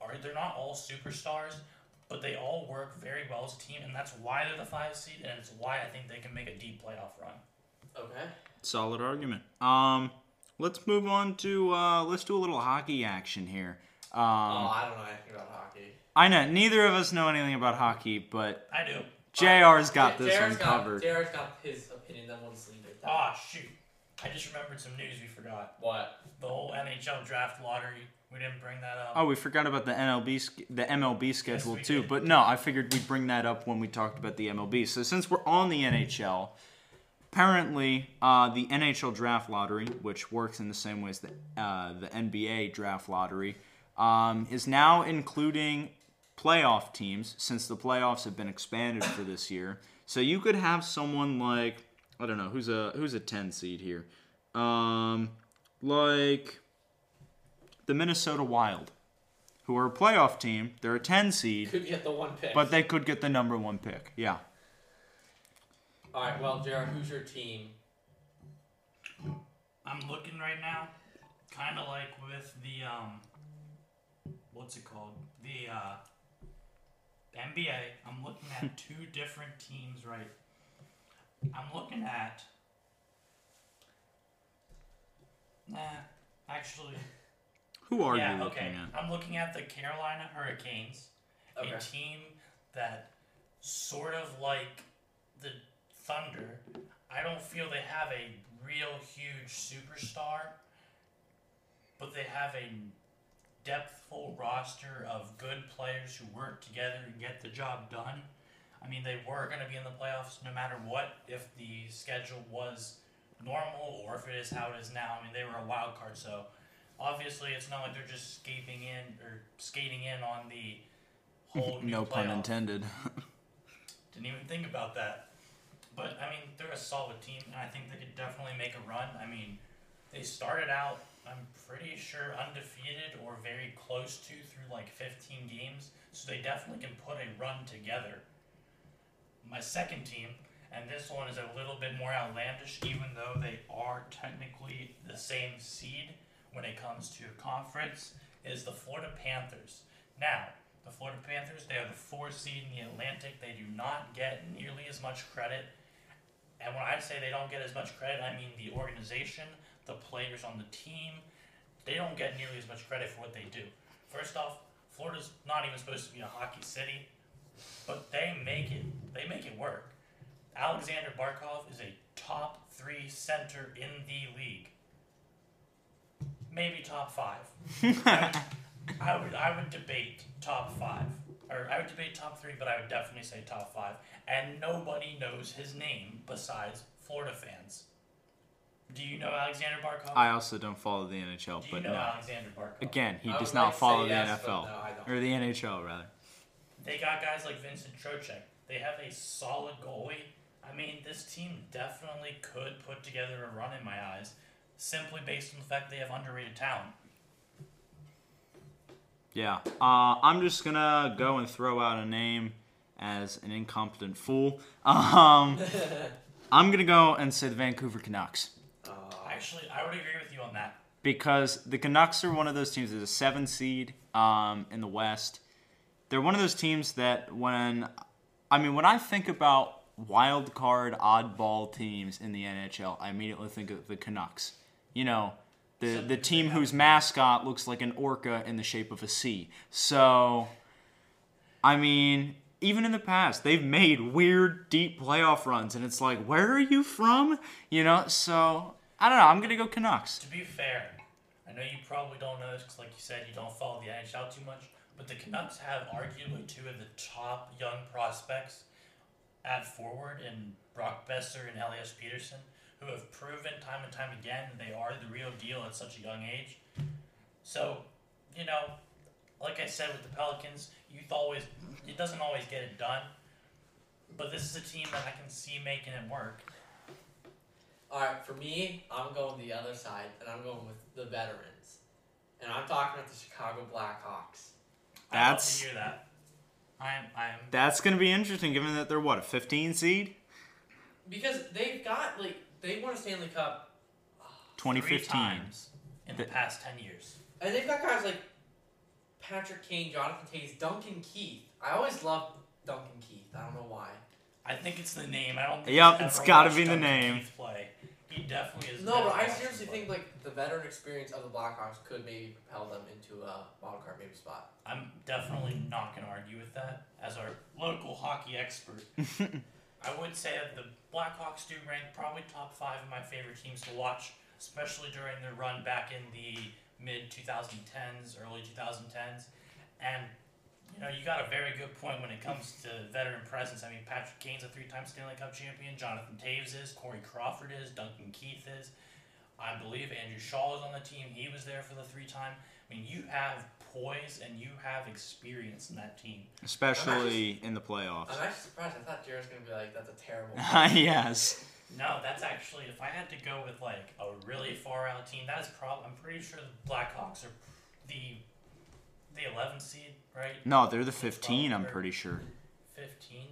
C: are they're not all superstars, but they all work very well as a team, and that's why they're the five seed, and it's why I think they can make a deep playoff run.
B: okay.
A: Solid argument. Um, let's move on to uh, let's do a little hockey action here. Um,
B: Oh, I don't know anything about hockey.
A: I know neither of us know anything about hockey, but
C: I do.
A: JR's got
B: J-
A: this
B: JR's
A: one
B: got-
A: covered.
B: JR's got his opinion. Then we'll just leave it. at that.
C: Ah shoot. I just remembered some news we forgot.
B: What?
C: The whole NHL draft lottery. We didn't bring that up.
A: Oh, we forgot about the NLB, sch- the MLB schedule
C: Um, we
A: too.
C: did.
A: But no, I figured we'd bring that up when we talked about the MLB. So since we're on the NHL, apparently uh, the NHL draft lottery, which works in the same way as the uh, the NBA draft lottery, um, is now including playoff teams since the playoffs have been expanded for this year. So you could have someone like I don't know who's a who's a ten seed here, um, like the Minnesota Wild, who are a playoff team. They're a 10 seed,
B: Could get the one pick.
A: but they could get the number one pick. Yeah.
B: All right. Well, JR, who's your team?
C: I'm looking right now, kinda like with the um what's it called? The uh NBA. I'm looking at two different teams right. I'm looking at Nah, actually
A: Who are
C: yeah,
A: you looking
C: okay.
A: at?
C: I'm looking at the Carolina Hurricanes,
B: Okay.
C: a team that sort of like the Thunder. I don't feel they have a real huge superstar, but they have a depthful roster of good players who work together and get the job done. I mean, they were going to be in the playoffs no matter what if the schedule was normal or if it is how it is now. I mean, they were a wild card, so obviously it's not like they're just escaping in or skating in on the whole new
A: No pun
C: playoff.
A: intended.
C: Didn't even think about that. But I mean, they're a solid team, and I think they could definitely make a run. I mean, they started out, I'm pretty sure, undefeated or very close to through like 15 games, so they definitely can put a run together. My second team, and this one is a little bit more outlandish, even though they are technically the same seed when it comes to conference, is the Florida Panthers. Now, the Florida Panthers, they are the four seed in the Atlantic. They do not get nearly as much credit. And when I say they don't get as much credit, I mean the organization, the players on the team, they don't get nearly as much credit for what they do. First off, Florida's not even supposed to be a hockey city, but they make it. They make it work. Alexander Barkov is a top three center in the league. Maybe top five. I would I would debate top five, or I would debate top three, but I would definitely say top five. And nobody knows his name besides Florida fans. Do you know Alexander Barkov?
A: I also don't follow the NHL,
C: Do you
A: but
C: know
A: no.
C: Alexander Barkov?
A: Again, he
B: I
A: does
B: would
A: not
B: like to say
A: follow the
B: yes, but
A: NFL.
B: no, I don't.
A: Or the NHL, rather.
C: They got guys like Vincent Trocek. They have a solid goalie. I mean, this team definitely could put together a run in my eyes, simply based on the fact they have underrated talent.
A: Yeah. Uh, I'm just going to go and throw out a name as an incompetent fool. Um, I'm going to go and say the Vancouver Canucks.
B: Uh,
C: Actually, I would agree with you on that.
A: because the Canucks are one of those teams. There's a seven seed um, in the West. They're one of those teams that when, I mean, when I think about wild card oddball teams in the NHL, I immediately think of the Canucks. You know, The, the team whose mascot looks like an orca in the shape of a sea. So, I mean, even in the past, they've made weird, deep playoff runs, and it's like, where are you from? You know, so I don't know. I'm going to go Canucks.
C: To be fair, I know you probably don't know this because, like you said, you don't follow the NHL too much, but the Canucks have arguably two of the top young prospects at forward in Brock Besser and Elias Peterson, who have proven time and time again they are the real deal at such a young age. So, you know, like I said with the Pelicans, youth always it doesn't always get it done, but this is a team that I can see making it work.
B: All right, for me, I'm going the other side, and I'm going with the veterans, and I'm talking about the Chicago Blackhawks.
C: I love
A: That's-
C: to hear that. I am I am
A: That's going to be interesting, given that they're what a 15 seed,
B: Because they've got like they won a Stanley Cup,
C: three
A: 2015.
C: times in the
A: The-
C: past ten years.
B: and they've got guys like Patrick Kane, Jonathan Tays, Duncan Keith. I always loved Duncan Keith. I don't know why.
C: I think it's the name. I don't. Think
A: Yep,
C: I've
A: it's
C: ever
A: gotta
C: watched
A: be the
C: Duncan
A: name.
C: Keith play. He definitely is.
B: No, but I
C: definitely
B: seriously
C: awesome.
B: think like the veteran experience of the Blackhawks could maybe propel them into a wild card maybe spot.
C: I'm definitely not going to argue with that. As our local hockey expert, I would say that the Blackhawks do rank probably top five of my favorite teams to watch, especially during their run back in the mid 2010s, early 2010s. And you know, you got a very good point when it comes to veteran presence. I mean, Patrick Kane's a three-time Stanley Cup champion. Jonathan Taves is. Corey Crawford is. Duncan Keith is. I believe Andrew Shaw is on the team. He was there for the three-time. I mean, you have poise and you have experience in that team.
A: especially in the playoffs.
B: I'm actually surprised. I thought Jared's gonna be like that's a terrible.
A: yes.
C: No, that's actually if I had to go with like a really far out team, that is probably. I'm pretty sure the Blackhawks are the the 11th seed, right?
A: No, they're the 15. I'm pretty sure.
C: 15.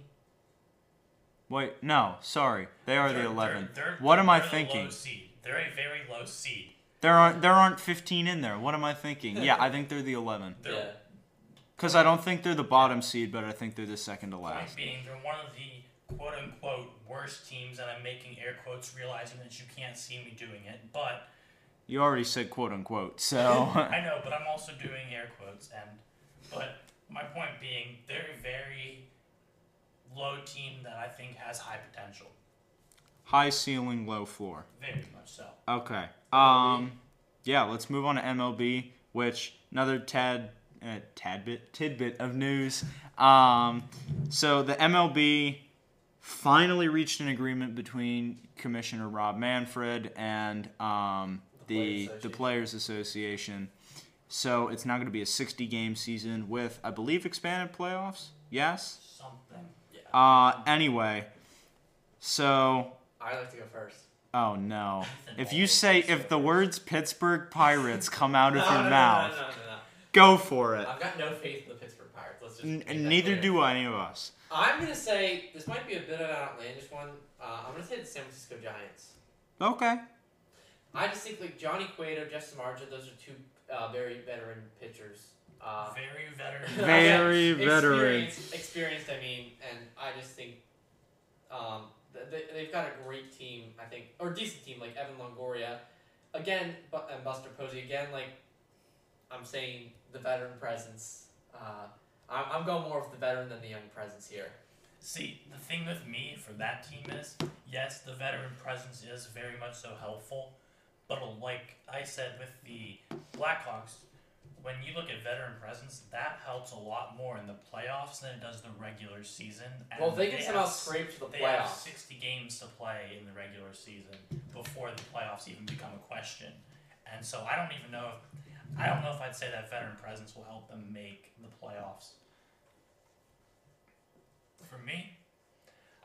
A: Wait, no, sorry, they are
C: They're-
A: the
C: they're-
A: 11.
C: they're-
A: What am I
C: they're the low
A: thinking?
C: seed. They're a very low seed.
A: There aren't there aren't 15 in there. What am I thinking? Yeah, I think they're the 11.
C: They're,
B: Yeah.
A: Cause I don't think they're the bottom seed, but I think they're the second to
C: Point
A: last.
C: being, they're one of the quote unquote worst teams, and I'm making air quotes, realizing that you can't see me doing it, but
A: You already said quote unquote, so
C: I know, but I'm also doing air quotes and but my point being they're a very low team that I think has high potential.
A: high ceiling, low floor.
C: Very much so.
A: Okay. Um, yeah, let's move on to MLB, which another tad uh, tad bit tidbit of news. Um, so the MLB finally reached an agreement between Commissioner Rob Manfred and um, the
B: Players
A: the Players Association. So it's now going to be a 60 game season with, I believe, expanded playoffs. Yes.
C: Something.
A: Uh, anyway, so
B: I like to go first.
A: Oh no.
C: Ethan
A: If you
C: always
A: say
C: says
A: if the words Pittsburgh Pirates come out of
B: no,
A: your
B: no,
A: mouth,
B: No, no, no, no,
A: go for it.
B: no. I've got no faith in the Pittsburgh Pirates. Let's just.
A: N-
B: make that
A: neither
B: clear.
A: do any of us.
B: I'm gonna say this might be a bit of an outlandish one. Uh, I'm gonna say the San Francisco Giants.
A: Okay.
B: I just think like Johnny Cueto, Justin Marja, those are two uh, very veteran pitchers. Uh,
C: Very veteran.
A: Very veteran.
B: experienced- Experienced, I mean, and I just think um, th- they, they've got a great team, I think, or decent team like Evan Longoria, again, Bu- and Buster Posey again. Like I'm saying, the veteran presence. Uh, I'm, I'm going more with the veteran than the young presence here.
C: See, the thing with me for that team is, yes, the veteran presence is very much so helpful, but like I said with the Blackhawks, when you look at veteran presence, that helps a lot more in the playoffs than it does the regular season. And
B: Well, if they can somehow
C: have-
B: scrape to the
C: They have
B: playoffs.
C: 60 games to play in the regular season before the playoffs even become a question. And so I don't even know if I don't know if I'd say that veteran presence will help them make the playoffs. For me,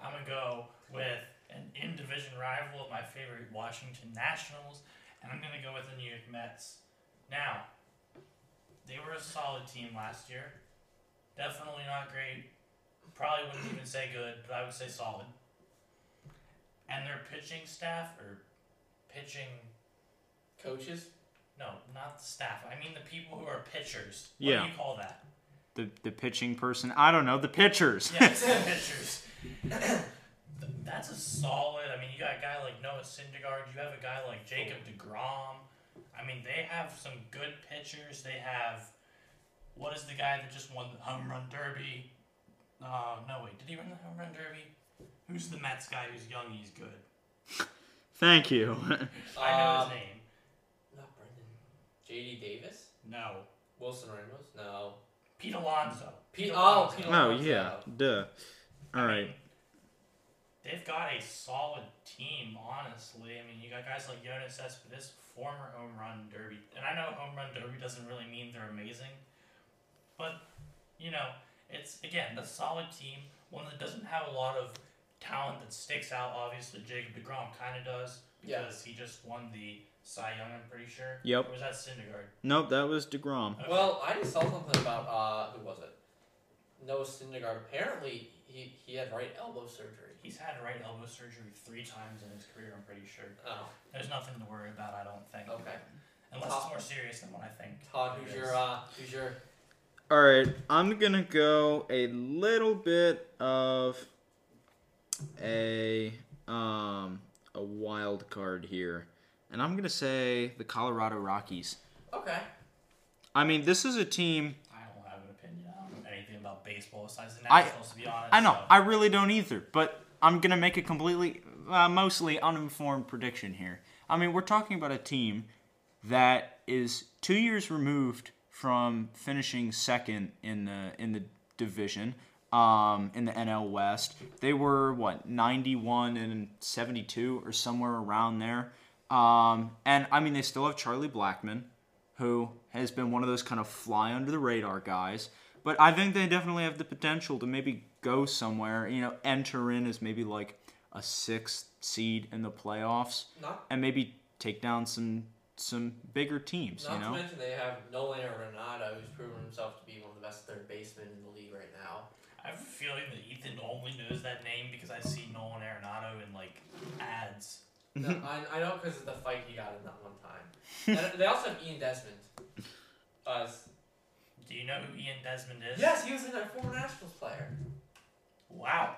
C: I'm gonna go with an in-division rival of my favorite Washington Nationals, and I'm gonna go with the New York Mets. Now, they were a solid team last year. Definitely not great. Probably wouldn't even say good, but I would say solid. And their pitching staff, or pitching,
B: Coaches,
C: no, not the staff. I mean the people who are pitchers. What
A: Yeah.
C: do you call that?
A: The the pitching person, I don't know, the pitchers.
C: Yes, pitchers. Th- That's a solid. I mean, you got a guy like Noah Syndergaard. You have a guy like Jacob DeGrom. I mean, they have some good pitchers. They have what is the guy that just won the home run derby? Uh, no wait, did he win the home run derby? Who's the Mets guy who's young? He's good.
A: Thank you.
C: I know
B: Um,
C: his name.
B: Not Brendan. J.D. Davis?
C: No,
B: Wilson Ramos? No.
C: Pete Alonso.
B: Pete. Oh, Pete
A: oh
B: Alonso.
A: yeah, duh. All right.
C: They've got a solid team, honestly. I mean, you got guys like Jonas Cespedes, former home run derby, and I know home run derby doesn't really mean they're amazing, but you know, it's again a solid team, one that doesn't have a lot of talent that sticks out. Obviously, Jacob Degrom kind of does
B: Yeah.
C: because he just won the Cy Young. I'm pretty sure.
A: Yep.
C: Or was that Syndergaard?
A: Nope, that was Degrom.
C: Okay.
B: Well, I just saw something about uh, who was it? Noah Syndergaard. Apparently, he he had right elbow surgery.
C: he's had right elbow surgery three times in his career. I'm pretty sure.
B: Oh,
C: There's nothing to worry about. I don't think.
B: okay.
C: Unless it's more serious than what I think.
B: Todd,
C: it
B: who's
C: is.
B: your uh, who's your?
A: All right, I'm gonna go a little bit of a um a wild card here, and I'm gonna say the Colorado Rockies.
B: Okay.
A: I mean, this is a team.
C: I don't have an opinion on anything about baseball besides the
A: I-
C: Nationals, to be honest.
A: I know
C: so-
A: I really don't either, but I'm gonna make a completely uh, mostly uninformed prediction here. I mean, we're talking about a team that is two years removed from finishing second in the in the division um, in the NL West. They were what 91 and 72 or somewhere around there. Um, and I mean, they still have Charlie Blackman, who has been one of those kind of fly under the radar guys. But I think they definitely have the potential to maybe go somewhere. You know, enter in as maybe like a sixth seed in the playoffs
B: Not
A: and maybe take down some some bigger teams.
B: not
A: you know,
B: to mention they have Nolan Arenado, who's proven himself to be one of the best third basemen in the league right now.
C: I have a feeling that Ethan only knows that name because I see Nolan Arenado in like ads.
B: No, I, I know because of the fight he got in that one time. And they also have Ian Desmond. Uh, s-
C: Do you know who Ian Desmond is?
B: yes, he was a former Nationals player.
C: Wow.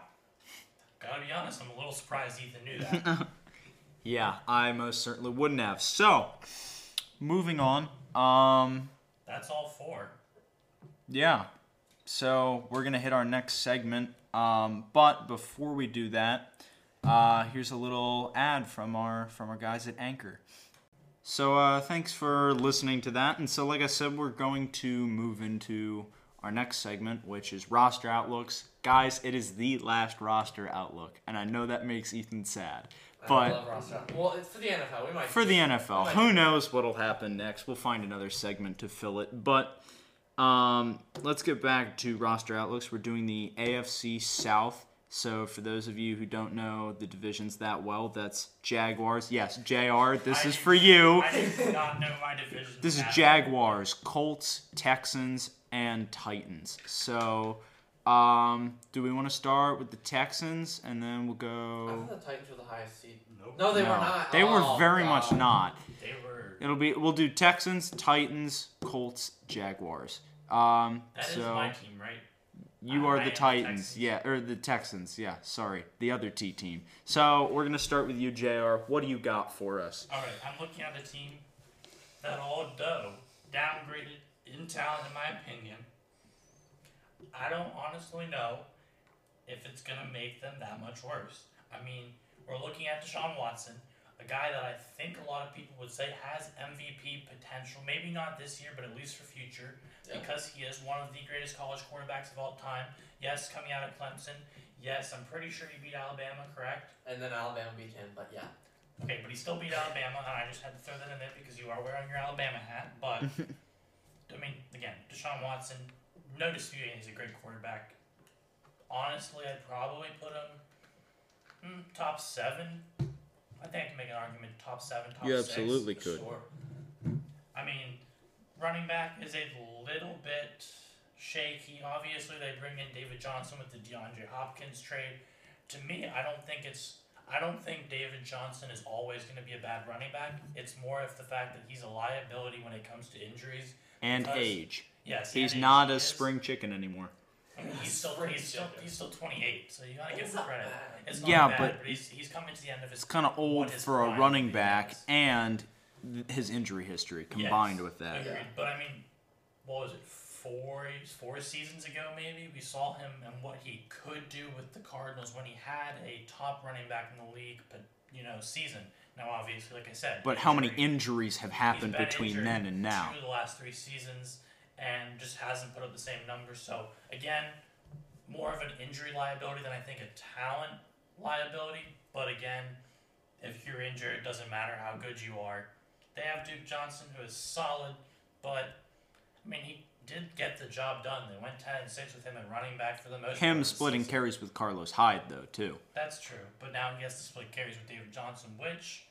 C: Gotta be honest, I'm a little surprised Ethan knew that.
A: yeah, I most certainly wouldn't have. So, moving on. Um,
C: That's all four.
A: Yeah. So we're gonna hit our next segment. Um, but before we do that, uh, here's a little ad from our from our guys at Anchor. So uh, thanks for listening to that. And so, like I said, we're going to move into our next segment, which is roster outlooks. Guys, it is the last roster outlook, and I know that makes Ethan sad,
B: I
A: but
B: love Ross Strong. Well, it's for the NFL. We might
A: for the NFL.
B: Right.
A: Who knows what'll happen next? We'll find another segment to fill it. But um, let's get back to roster outlooks. We're doing the AFC South. So for those of you who don't know the divisions that well, that's Jaguars. Yes, JR, this
C: I
A: is
C: did-
A: for you.
C: I did not know my division.
A: This is
C: at all.
A: Jaguars, Colts, Texans, and Titans. So um, do we want to start with the Texans and then we'll
B: I
A: go
B: thought the Titans were the highest seed.
C: Nope.
B: No, they were
A: No,
B: not.
A: They were
B: Oh,
A: very much
B: God.
A: not.
C: They were.
A: It'll be we'll do Texans, Titans, Colts, Jaguars. Um,
C: That is
A: so
C: my team, right?
A: you
C: I-
A: are
C: I am
A: the
C: the
A: Titans,
C: Texans.
A: yeah, or the Texans, yeah. Sorry, the other T team. So we're gonna start with you, Jr. What do you got for us?
C: All right, I'm looking at a team that although downgraded in talent, in my opinion, I don't honestly know if it's gonna make them that much worse. I mean, we're looking at Deshaun Watson, a guy that I think a lot of people would say has MVP potential. Maybe not this year, but at least for future,
B: Yeah.
C: because he is one of the greatest college quarterbacks of all time. Yes, coming out of Clemson. Yes, I'm pretty sure he beat Alabama, correct?
B: And then Alabama beat him, but yeah.
C: Okay, but he still beat Alabama, and I just had to throw that in there because you are wearing your Alabama hat. But I mean, again, Deshaun Watson, no disputing, he's a great quarterback. Honestly, I'd probably put him hmm, top seven. I think I can make an argument top seven, top six.
B: Sure.
C: I mean, running back is a little bit shaky. Obviously, they bring in David Johnson with the DeAndre Hopkins trade. To me, I don't think it's. I don't think David Johnson is always going to be a bad running back. It's more of the fact that he's a liability when it comes to injuries.
A: And
C: Because-
A: age.
C: Yes,
A: He's
C: and
A: not
C: he
A: a
C: is-
A: spring chicken anymore.
C: I mean, he's still
B: Spring
C: he's still
B: chicken.
C: he's still 28, so you gotta give
B: It's
C: him
B: not
C: credit.
B: bad.
C: It's not
A: Yeah,
C: bad,
A: but-
C: he's, he's coming to the end of his.
A: It's kind of
C: what
A: old
C: his
A: for a
C: prime
A: running
C: is.
A: back, and th- his injury history combined
C: Yes,
A: with that.
C: Agreed. But I mean, what was it? Four four seasons ago, maybe we saw him and what he could do with the Cardinals when he had a top running back in the league, but you know, season. Now, obviously, like I said,
A: But how many
C: injury.
A: injuries have
C: He's
A: happened
C: been
A: between
C: injured
A: then and now?
C: Two of the last three seasons, and just hasn't put up the same numbers. So again, more of an injury liability than I think a talent liability. But again, if you're injured, it doesn't matter how good you are. They have Duke Johnson, who is solid, but I mean, he did get the job done. They went ten and six with him at running back for the most. part of
A: Him
C: the
A: splitting
C: season.
A: carries with Carlos Hyde though too
C: That's true, but now he has to split carries with David Johnson, which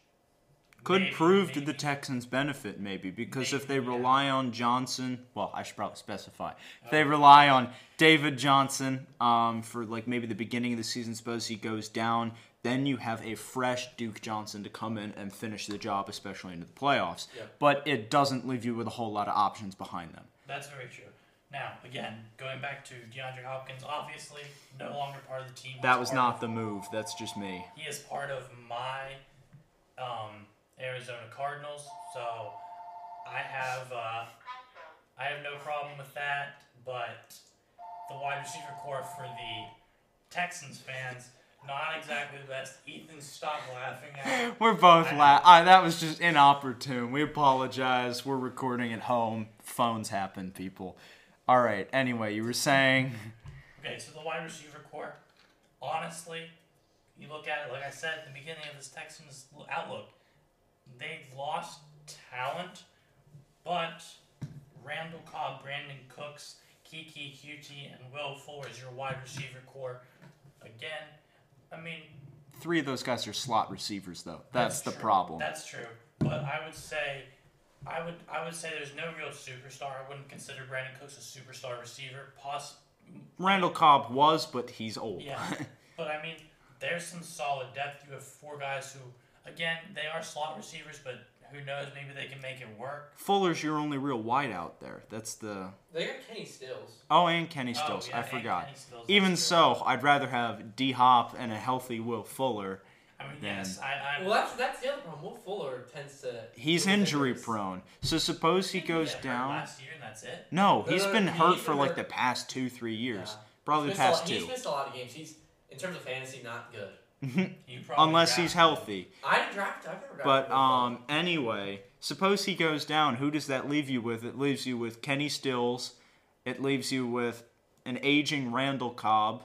A: could
C: maybe-
A: prove to
C: maybe-
A: the Texans benefit maybe because if they
C: Maybe, yeah.
A: rely on Johnson, well, I should probably specify if
C: Oh.
A: they rely on David Johnson um, for like maybe the beginning of the season. Suppose he goes down, then you have a fresh Duke Johnson to come in and finish the job, especially into the playoffs.
B: Yeah.
A: But it doesn't leave you with a whole lot of options behind them.
C: That's very true. Now, again, going back to DeAndre Hopkins, obviously no longer part of the team.
A: That
C: He's
A: was
C: part
A: not
C: of-
A: the move. That's just me.
C: He is part of my um, Arizona Cardinals, so I have uh, I have no problem with that. But the wide receiver core for the Texans fans, not exactly the best. Ethan, stop laughing at. it.
A: We're both
C: I-
A: la- I, that was just inopportune. We apologize. We're recording at home. Phones happen, people. All right. Anyway, you were saying
C: Okay, so the wide receiver core, honestly, you look at it, like I said at the beginning of this Texans outlook, they've lost talent, but Randall Cobb, Brandon Cooks, Kiki Cutie, and Will Fuller is your wide receiver core. Again, I mean,
A: three of those guys are slot receivers, though. That's, the
C: true.
A: problem.
C: That's true. But I would say, I would I would say there's no real superstar. I wouldn't consider Brandon Cooks a superstar receiver. Poss-
A: Randall Cobb was, but he's old.
C: Yeah, but I mean, there's some solid depth. You have four guys who, again, they are slot receivers, but who knows? Maybe they can make it work.
A: Fuller's your only real wide out there. That's the
B: They got Kenny Stills.
A: oh, and Kenny
C: Oh,
A: Stills.
C: yeah,
A: I
C: and
A: forgot.
C: Kenny Stills, that's
A: Even
C: true.
A: so, I'd rather have D Hop and a healthy Will Fuller.
C: I mean,
A: Then-
C: yes, I, I
B: Well, that's that's the other problem. Will Fuller tends to.
A: He's
B: deal with
A: injury
B: injuries.
A: prone. So suppose he
C: didn't
A: goes
C: get hurt
A: down.
C: last year, and that's it.
A: No,
B: No,
A: he's
B: no, no,
A: been
B: no,
A: hurt
B: he's
A: for
B: been
A: like
B: hurt.
A: the past two, three years.
B: Uh, Yeah.
A: Probably the
B: He's missed a
A: past
B: lot-
A: two.
B: He's missed a lot of games. He's in terms of fantasy, not good.
C: You probably
A: Unless he's
C: drafted
A: healthy.
B: I didn't draft. I've never drafted.
A: But
B: Will Fuller.
A: um, anyway, suppose he goes down. Who does that leave you with? It leaves you with Kenny Stills. It leaves you with an aging Randall Cobb,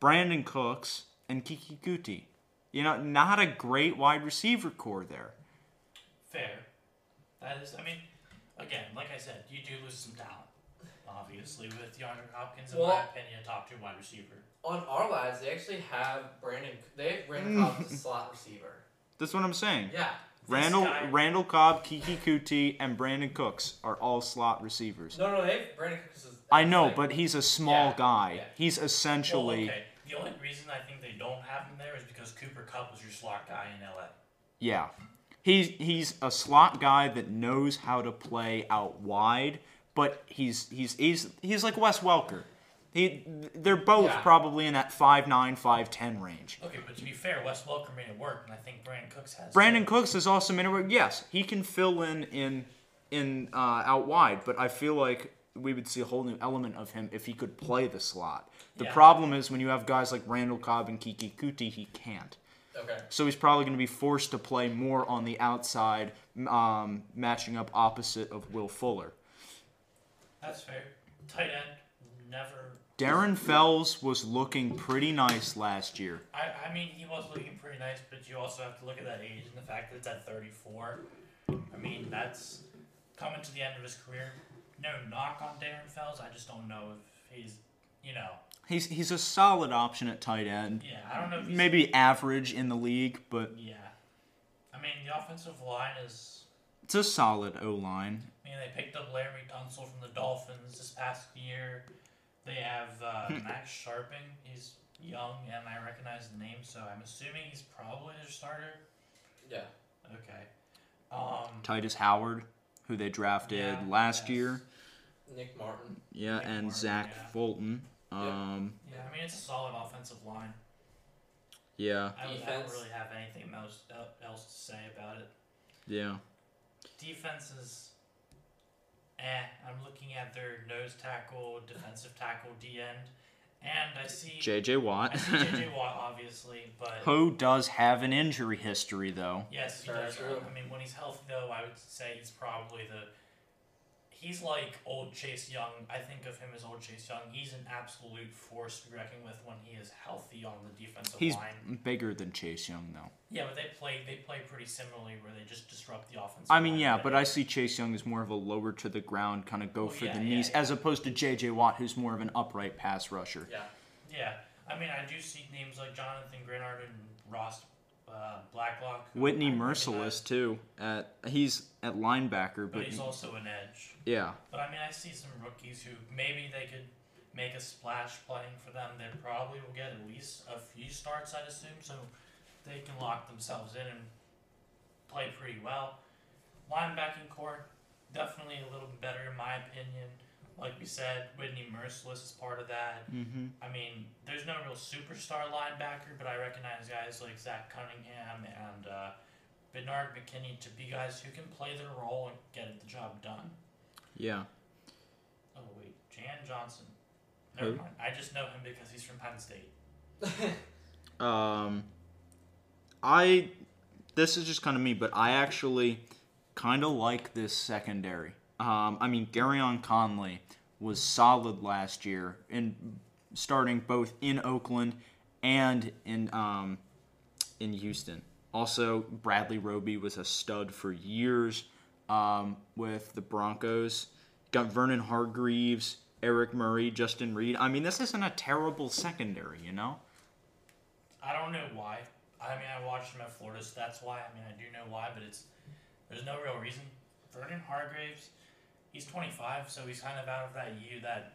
A: Brandon Cooks, and Kiki Kuti. You know, not a great wide receiver core there.
C: Fair. That is, I mean, again, like I said, you do lose some talent. Obviously, with DeAndre Hopkins, in my
B: Well-
C: opinion, a top two wide receiver.
B: on our lives, they actually have Brandon. They have Brandon
A: Mm.
B: Cobb as a slot receiver.
A: That's what I'm saying.
B: Yeah.
A: Randall,
C: guy-
A: Randall Cobb, Kiki Kuti, and Brandon Cooks are all slot receivers.
B: No, no, they have Brandon Cooks as.
A: I know,
B: as-
A: but he's a small
B: Yeah,
A: guy.
B: yeah. Oh,
A: He's
C: Well,
A: essentially
C: okay. The only reason I think they don't have him there is because Cooper Cup was your slot guy in LA.
A: yeah. He's he's a slot guy that knows how to play out wide, but he's he's he's he's like Wes Welker. He they're both
B: Yeah.
A: probably in that 5'9", 5'10 range.
C: Okay, but to be fair, Wes Welker made it work, and I think Brandon Cooks has.
A: Brandon
C: too.
A: Cooks is also minimal. Yes, he can fill in in in uh, out wide, but I feel like we would see a whole new element of him if he could play the slot. The
C: Yeah.
A: problem is when you have guys like Randall Cobb and Kiki Kuti, he can't.
B: Okay.
A: So he's probably going to be forced to play more on the outside, um, matching up opposite of Will Fuller.
C: That's fair. Tight end, never.
A: Darren Fells was looking pretty nice last year.
C: I, I mean, he was looking pretty nice, but you also have to look at that age and the fact that it's at 34. I mean, that's coming to the end of his career. No knock on Darren Fells. I just don't know if he's, you know,
A: He's he's a solid option at tight end.
C: yeah, I don't know if he's.
A: Maybe average in the league, but
C: Yeah. I mean, the offensive line is.
A: it's a solid O line.
C: I mean, they picked up Larry Tunsil from the Dolphins this past year. They have uh,
A: Hmm.
C: Max Sharping. He's young, and I recognize the name, so I'm assuming he's probably their starter.
B: Yeah.
C: Okay. Um,
A: Titus Howard, who they drafted
C: yeah,
A: last
C: yes.
A: year.
B: Nick Martin.
A: Yeah,
C: Nick
A: and
C: Martin,
A: Zach
C: yeah.
A: Fulton.
B: Yeah.
A: Um,
C: Yeah, I mean, it's a solid offensive line.
A: yeah,
C: I, don't- I don't
B: Defense.
C: really have anything else, else to say about it.
A: yeah.
C: defense is eh. I'm looking at their nose tackle, defensive tackle, D end, and I see
A: JJ
C: I
A: Watt.
C: see JJ Watt obviously, but
A: Who does have an injury history though?
C: yes, he
B: Very
C: does.
B: true.
C: I mean, when he's healthy though, I would say he's probably the he's like old Chase Young. I think of him as old Chase Young. He's an absolute force to be reckoned with when he is healthy on the defensive
A: He's
C: line.
A: bigger than Chase Young though.
C: Yeah, but they play they play pretty similarly where they just disrupt the offense.
A: I mean, yeah, but uh, I see Chase Young as more of a lower to the ground kind of go
C: Well,
A: for
C: Oh, yeah,
A: the
C: yeah,
A: knees,
C: yeah.
A: as opposed to J.J. Watt, who's more of an upright pass rusher.
B: Yeah.
C: yeah, I mean, I do see names like Jonathan Grenard and Ross uh, Blacklock. who I
A: Whitney
C: recognize,
A: Merciless too. At he's at linebacker,
C: but
A: but
C: he's also an edge.
A: yeah,
C: But I mean, I see some rookies who maybe they could make a splash playing for them. They probably will get at least a few starts, I'd assume, so they can lock themselves in and play pretty well. Linebacking core, definitely a little bit better in my opinion. Like we said, Whitney Merciless is part of that.
A: mm-hmm.
C: I mean, there's no real superstar linebacker, but I recognize guys like Zach Cunningham and uh, Bernard McKinney to be guys who can play their role and get the job done.
A: yeah.
C: Oh wait, Jan Johnson. Never
A: Who?
C: mind. I just know him because he's from Penn State.
A: Um, I this is just kind of me, but I actually kind of like this secondary. Um, I mean, Garyon Conley was solid last year in starting both in Oakland and in um, in Houston. Also, Bradley Roby was a stud for years um, with the Broncos. Got Vernon Hargreaves, Eric Murray, Justin Reed. I mean, this isn't a terrible secondary, you know.
C: I don't know why. I mean, I watched him at Florida, so that's why. I mean, I do know why, but it's there's no real reason. Vernon Hargraves, he's 25, so he's kind of out of that year that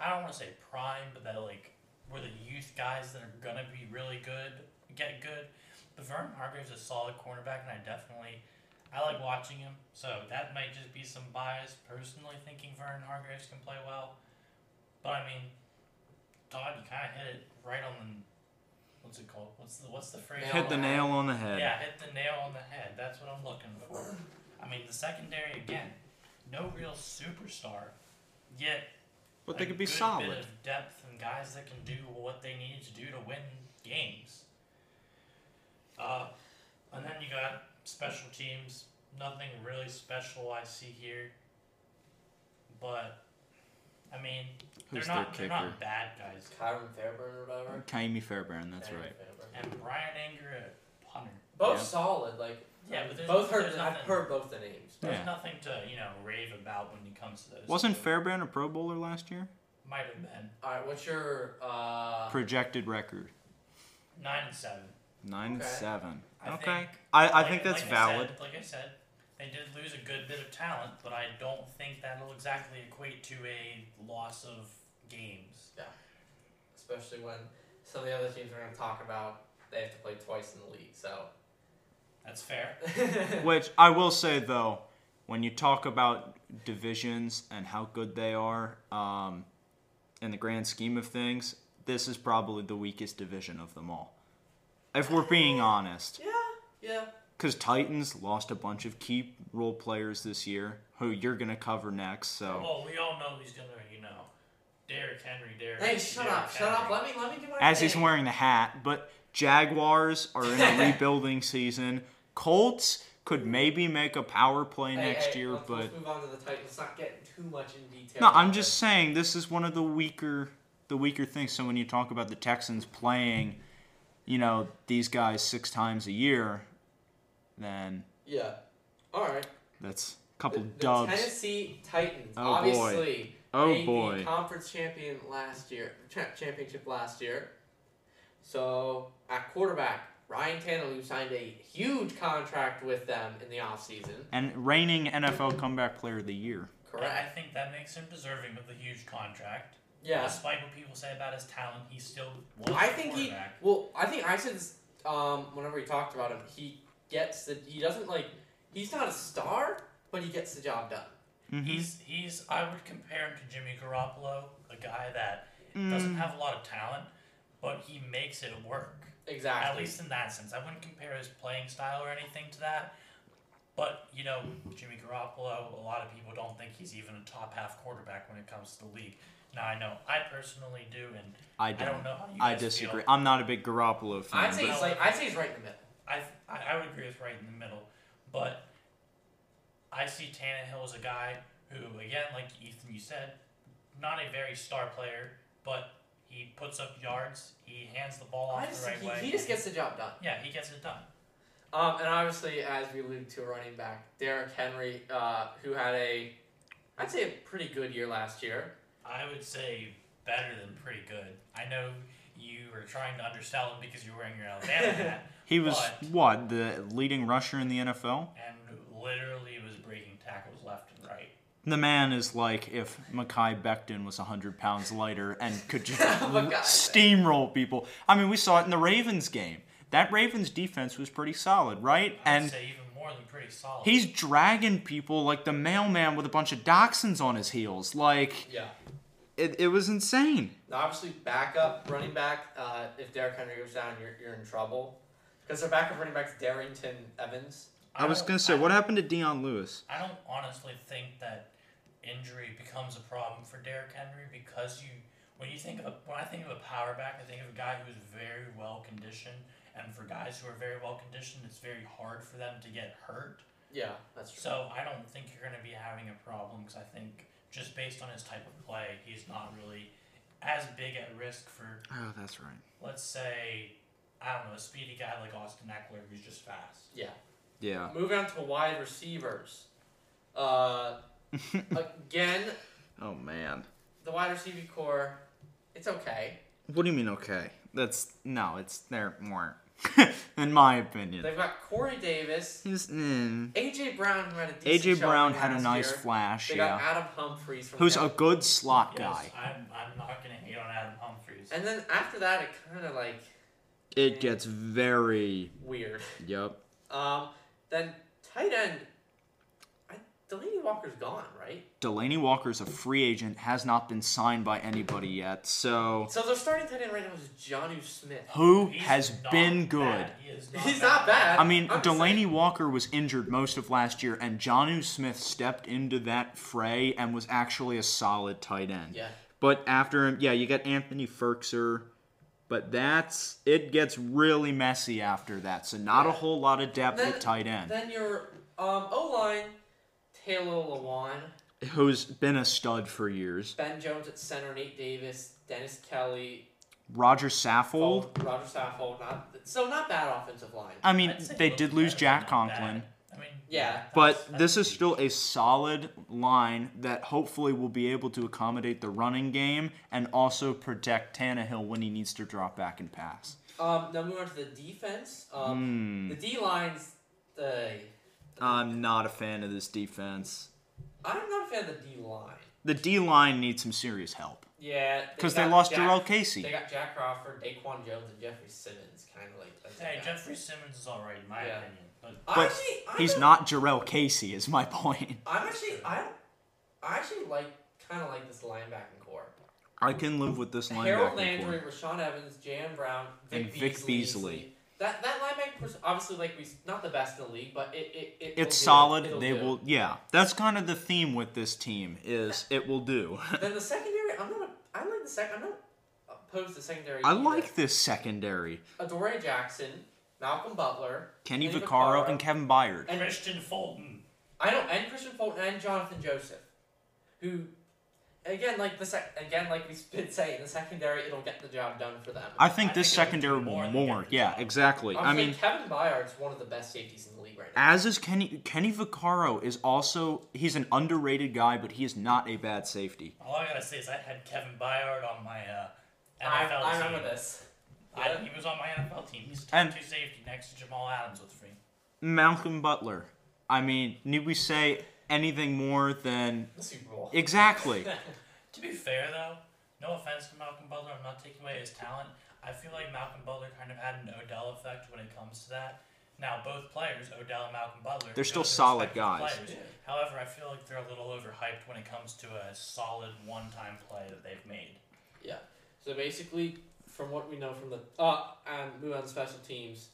C: I don't want to say prime, but that like were the youth guys that are gonna be really good get good. But Vernon Hargraves is a solid cornerback, and I definitely I like watching him. So that might just be some bias personally thinking Vernon Hargraves can play well, but I mean. Todd, you kind of hit it right on the what's it called? What's the what's the phrase?
B: Nail
A: Hit the nail on the head.
C: Yeah, hit the nail on the head. That's what I'm looking for. I mean, the secondary again, no real superstar, yet
A: But they
C: a
A: could be
C: good Bit
A: solid.
C: of depth and guys that can do what they need to do to win games. Uh, and then you got special teams. Nothing really special I see here, but I mean, they're
A: Who's their
C: not they're
A: kicker?
C: not bad guys.
B: Kyron Fairburn or whatever.
A: Kaimi Fairbairn, that's
B: Kyron
A: right.
B: Fairburn.
C: And Brian Anger at punter.
B: Both
A: Yeah.
B: solid, like
C: Yeah, but there's-
B: both heard.
C: there's
B: I've
C: nothing-
B: heard both the names.
C: There's
A: Yeah.
C: nothing to you know rave about when it comes to those.
A: Wasn't
C: two.
A: Fairbairn a Pro Bowler last year?
C: Might have been
B: All right, what's your
C: Uh-huh.
B: uh?
A: Projected record
C: nine and seven.
A: nine and
B: Okay.
A: seven.
C: I
A: okay,
C: think-
A: I, I
C: Like-
A: think that's
C: like I
A: valid.
C: said- like I said, they did lose a good bit of talent, but I don't think that'll exactly equate to a loss of games.
B: especially when some of the other teams we're going to talk about, they have to play twice in the league. So
C: That's fair.
A: Which I will say though, when you talk about divisions and how good they are, um, in the grand scheme of things, this is probably the weakest division of them all. If we're being honest,
B: yeah, yeah,
A: because Titans lost a bunch of key role players this year, who you're gonna cover next. So
C: Well, we all know he's gonna, you know, Derrick Henry, Derrick.
B: Hey, shut
C: Derrick
B: up, shut up.
C: Henry.
B: Let me let me do my
A: as he's
B: thing.
A: wearing the hat, but Jaguars are in a rebuilding season. Colts could maybe make a power play
B: Hey,
A: next
B: hey,
A: year,
B: let's,
A: but
B: let's move on to the Titans. Let's not get too much in detail.
A: no, I'm
B: about
A: just saying this is one of the weaker the weaker things. So when you talk about the Texans playing, you know, these guys six times a year, then
B: this. yeah. All right,
A: that's a
B: the,
A: couple
B: the
A: dubs.
B: Tennessee Titans,
A: Oh, boy.
B: obviously,
A: Oh,
B: they the
A: boy.
B: conference champion last year, cha- championship last year. So at quarterback, Ryan Tannehill, who signed a huge contract with them in the offseason.
A: And reigning NFL comeback player of the year.
C: And I
B: correct?
C: think that makes him deserving of the huge contract.
B: Yeah.
C: Despite what people say about his talent, he still was
B: I
C: a
B: think he.
C: quarterback.
B: Well, I think I said this um, whenever we talked about him. He gets the. He doesn't like. He's not a star, but he gets the job done.
A: Mhm.
C: He's he's I would compare him to Jimmy Garoppolo, a guy that doesn't
A: Mm. Hmm.
C: have a lot of talent, but he makes it work.
B: Exactly.
C: At least in that sense. I wouldn't compare his playing style or anything to that, but you know, Jimmy Garoppolo, a lot of people don't think he's even a top half quarterback when it comes to the league. Now, I know I personally do, and
A: I
C: I
A: don't. I,
C: don't know how you guys
A: disagree.
C: Feel.
A: I'm not a big Garoppolo fan.
B: I'd say
A: but-
B: he's like I'd say he's right in the middle.
C: I, I, I would agree with right in the middle, but I see Tannehill as a guy who, again, like Ethan, you said, not a very star player, but he puts up yards, he hands the ball
B: I
C: off
B: just
C: the right
B: think he,
C: way.
B: he just gets the job done.
C: yeah, he gets it done.
B: Um, and obviously, as we alluded to, running back Derrick Henry, uh, who had a, I'd say a pretty good year last year.
C: I would say better than pretty good. I know you were trying to undersell him because you were wearing your Alabama hat,
A: he was
C: but-
A: what the leading rusher in the NFL.
C: and literally was breaking tackles left and right.
A: The man is like if Mackay Becton was 100 pounds lighter and could just
B: Mackay
A: steamroll people. I mean, we saw it in the Ravens game. That Ravens defense was pretty solid, right?
C: I
A: And
C: would say even more than pretty solid.
A: he's dragging people like the mailman with a bunch of dachshunds on his heels. Like,
B: Yeah.
A: it, it was insane.
B: Now, obviously, backup running back. Uh, if Derrick Henry goes down, you're, you're in trouble. Because their backup running back's Darrington Evans.
A: I, was
C: don't-
A: going to say,
C: I-
A: what happened to Deion Lewis?
C: I don't honestly think that injury becomes a problem for Derrick Henry because you when you think of a, when I think of a power back, I think of a guy who's very well conditioned, and for guys who are very well conditioned, it's very hard for them to get hurt.
B: Yeah, that's true.
C: So I don't think you're going to be having a problem because I think just based on his type of play, he's not really as big at risk for
A: Oh, that's right.
C: let's say I don't know a speedy guy like Austin Eckler who's just fast.
B: Yeah.
A: Yeah.
B: Moving on to wide receivers. Uh, again,
A: oh, man.
B: the wide receiver core, it's okay.
A: What do you mean, okay? That's, no, it's, there weren't, in my opinion.
B: They've got Corey Davis,
A: He's, mm.
B: AJ Brown, who had a
A: AJ
B: decent showing
A: Brown had a
B: last
A: nice
B: year.
A: flash,
B: They
A: yeah.
B: got Adam Humphries from
A: Who's a
B: Denver.
A: good slot
C: Yes,
A: guy.
C: I'm, I'm not going to hate on Adam Humphries.
B: and then after that, it kind of like
A: It gets very,
B: weird.
A: yep.
B: Um, then tight end, I, Delaney Walker's gone, right?
A: Delaney Walker's a free agent, has not been signed by anybody yet, so
B: So their starting tight end right now is Johnu Smith.
A: who
C: He's
A: has
C: not
A: been good?
C: bad. He is not
B: He's
C: bad.
B: not bad.
A: I mean,
B: I'm just
A: Delaney
B: saying,
A: Walker was injured most of last year, and Johnu Smith stepped into that fray and was actually a solid tight end.
B: Yeah.
A: But after him, yeah, you got Anthony Ferkser, but that's it gets really messy after that. So not a
B: Yeah.
A: whole lot of depth
B: Then-
A: at tight end.
B: Then your um, O line, Taylor Lewan,
A: who's been a stud for years.
B: Ben Jones at center, Nate Davis, Dennis Kelly,
A: Roger Saffold.
B: Roger Saffold. Not so not bad offensive line.
A: I mean,
C: I'd say
A: they
C: both
A: did lose
C: guys are
A: Jack
C: not bad.
A: Conklin.
C: I mean,
B: Yeah.
C: that's-
A: But
C: that's
A: this is
C: huge.
A: still a solid line that hopefully will be able to accommodate the running game and also protect Tannehill when he needs to drop back and pass.
B: Um, now move on to the defense.
A: Hmm.
B: Um, the D lines. The
A: I'm not a fan of this defense.
B: I'm not a fan of the D line.
A: The D line needs some serious help
B: Yeah,
A: because they
B: got
A: lost
B: Jack-
A: Jarrell
B: They
A: Casey.
B: got Jack Crawford, Daquan Jones, and Jeffrey Simmons. Kind of like. that's the
C: Hey,
B: guy.
C: Jeffrey Simmons is alright in my
B: Yeah.
C: opinion, but
A: But
B: Honestly, I'm
A: he's
B: a-
A: not Jarrell Casey, is my point.
B: I'm actually I, I actually like kind of like this linebacking core.
A: I can live with this
B: Harold
A: linebacker.
B: Landry,
A: core.
B: Rashawn Evans, Jan Brown, Vic
A: And Vic
B: Beasley.
A: Beasley.
B: That that linebacking core's obviously like we s- not the best in the league, but it it, it
A: It's
B: will do.
A: solid.
B: It'll
A: They
B: do.
A: will, yeah. That's kind of the theme with this team is it will do.
B: Then the secondary, I'm not. A, I like the second. I'm not opposed to secondary.
A: I
B: either.
A: like this secondary.
B: Adoree Jackson, Malcolm Butler,
A: Kenny
B: Kenny
A: Vaccaro
B: Vaccaro.
A: and Kevin Byard.
B: and
C: Christian Fulton.
B: I know, and Christian Fulton and Jonathan Joseph, who, again, like the sec- again, like we've been saying, the secondary it'll get the job done for them.
A: I think
C: I
A: this
C: think it'll
A: secondary
C: do
A: will
C: more
A: more.
C: than Kevin
A: Yeah,
C: Byard.
A: exactly. I
B: Honestly,
A: mean,
B: Kevin Byard's one of the best safeties in the league right now.
A: as is Kenny Kenny Vaccaro is also he's an underrated guy, but he is not a bad safety.
C: All I gotta say is I had Kevin Byard on my uh,
B: I,
C: NFL
B: I
C: team.
B: remember this.
C: I-
B: Yeah.
C: he was on my NFL team. He's a
A: And-
C: top two safety next to Jamal Adams with me.
A: Malcolm Butler. I mean, need we say anything more than
B: The Super Bowl.
A: exactly?
C: To be fair though, no offense to Malcolm Butler, I'm not taking away his talent. I feel like Malcolm Butler kind of had an Odell effect when it comes to that. Now both players, Odell and Malcolm Butler,
A: They're still
C: those are
A: solid
C: respected
A: guys.
C: players. However, I feel like they're a little overhyped when it comes to a solid one-time play that they've made.
B: yeah. So basically, from what we know from the uh, and move on to special teams.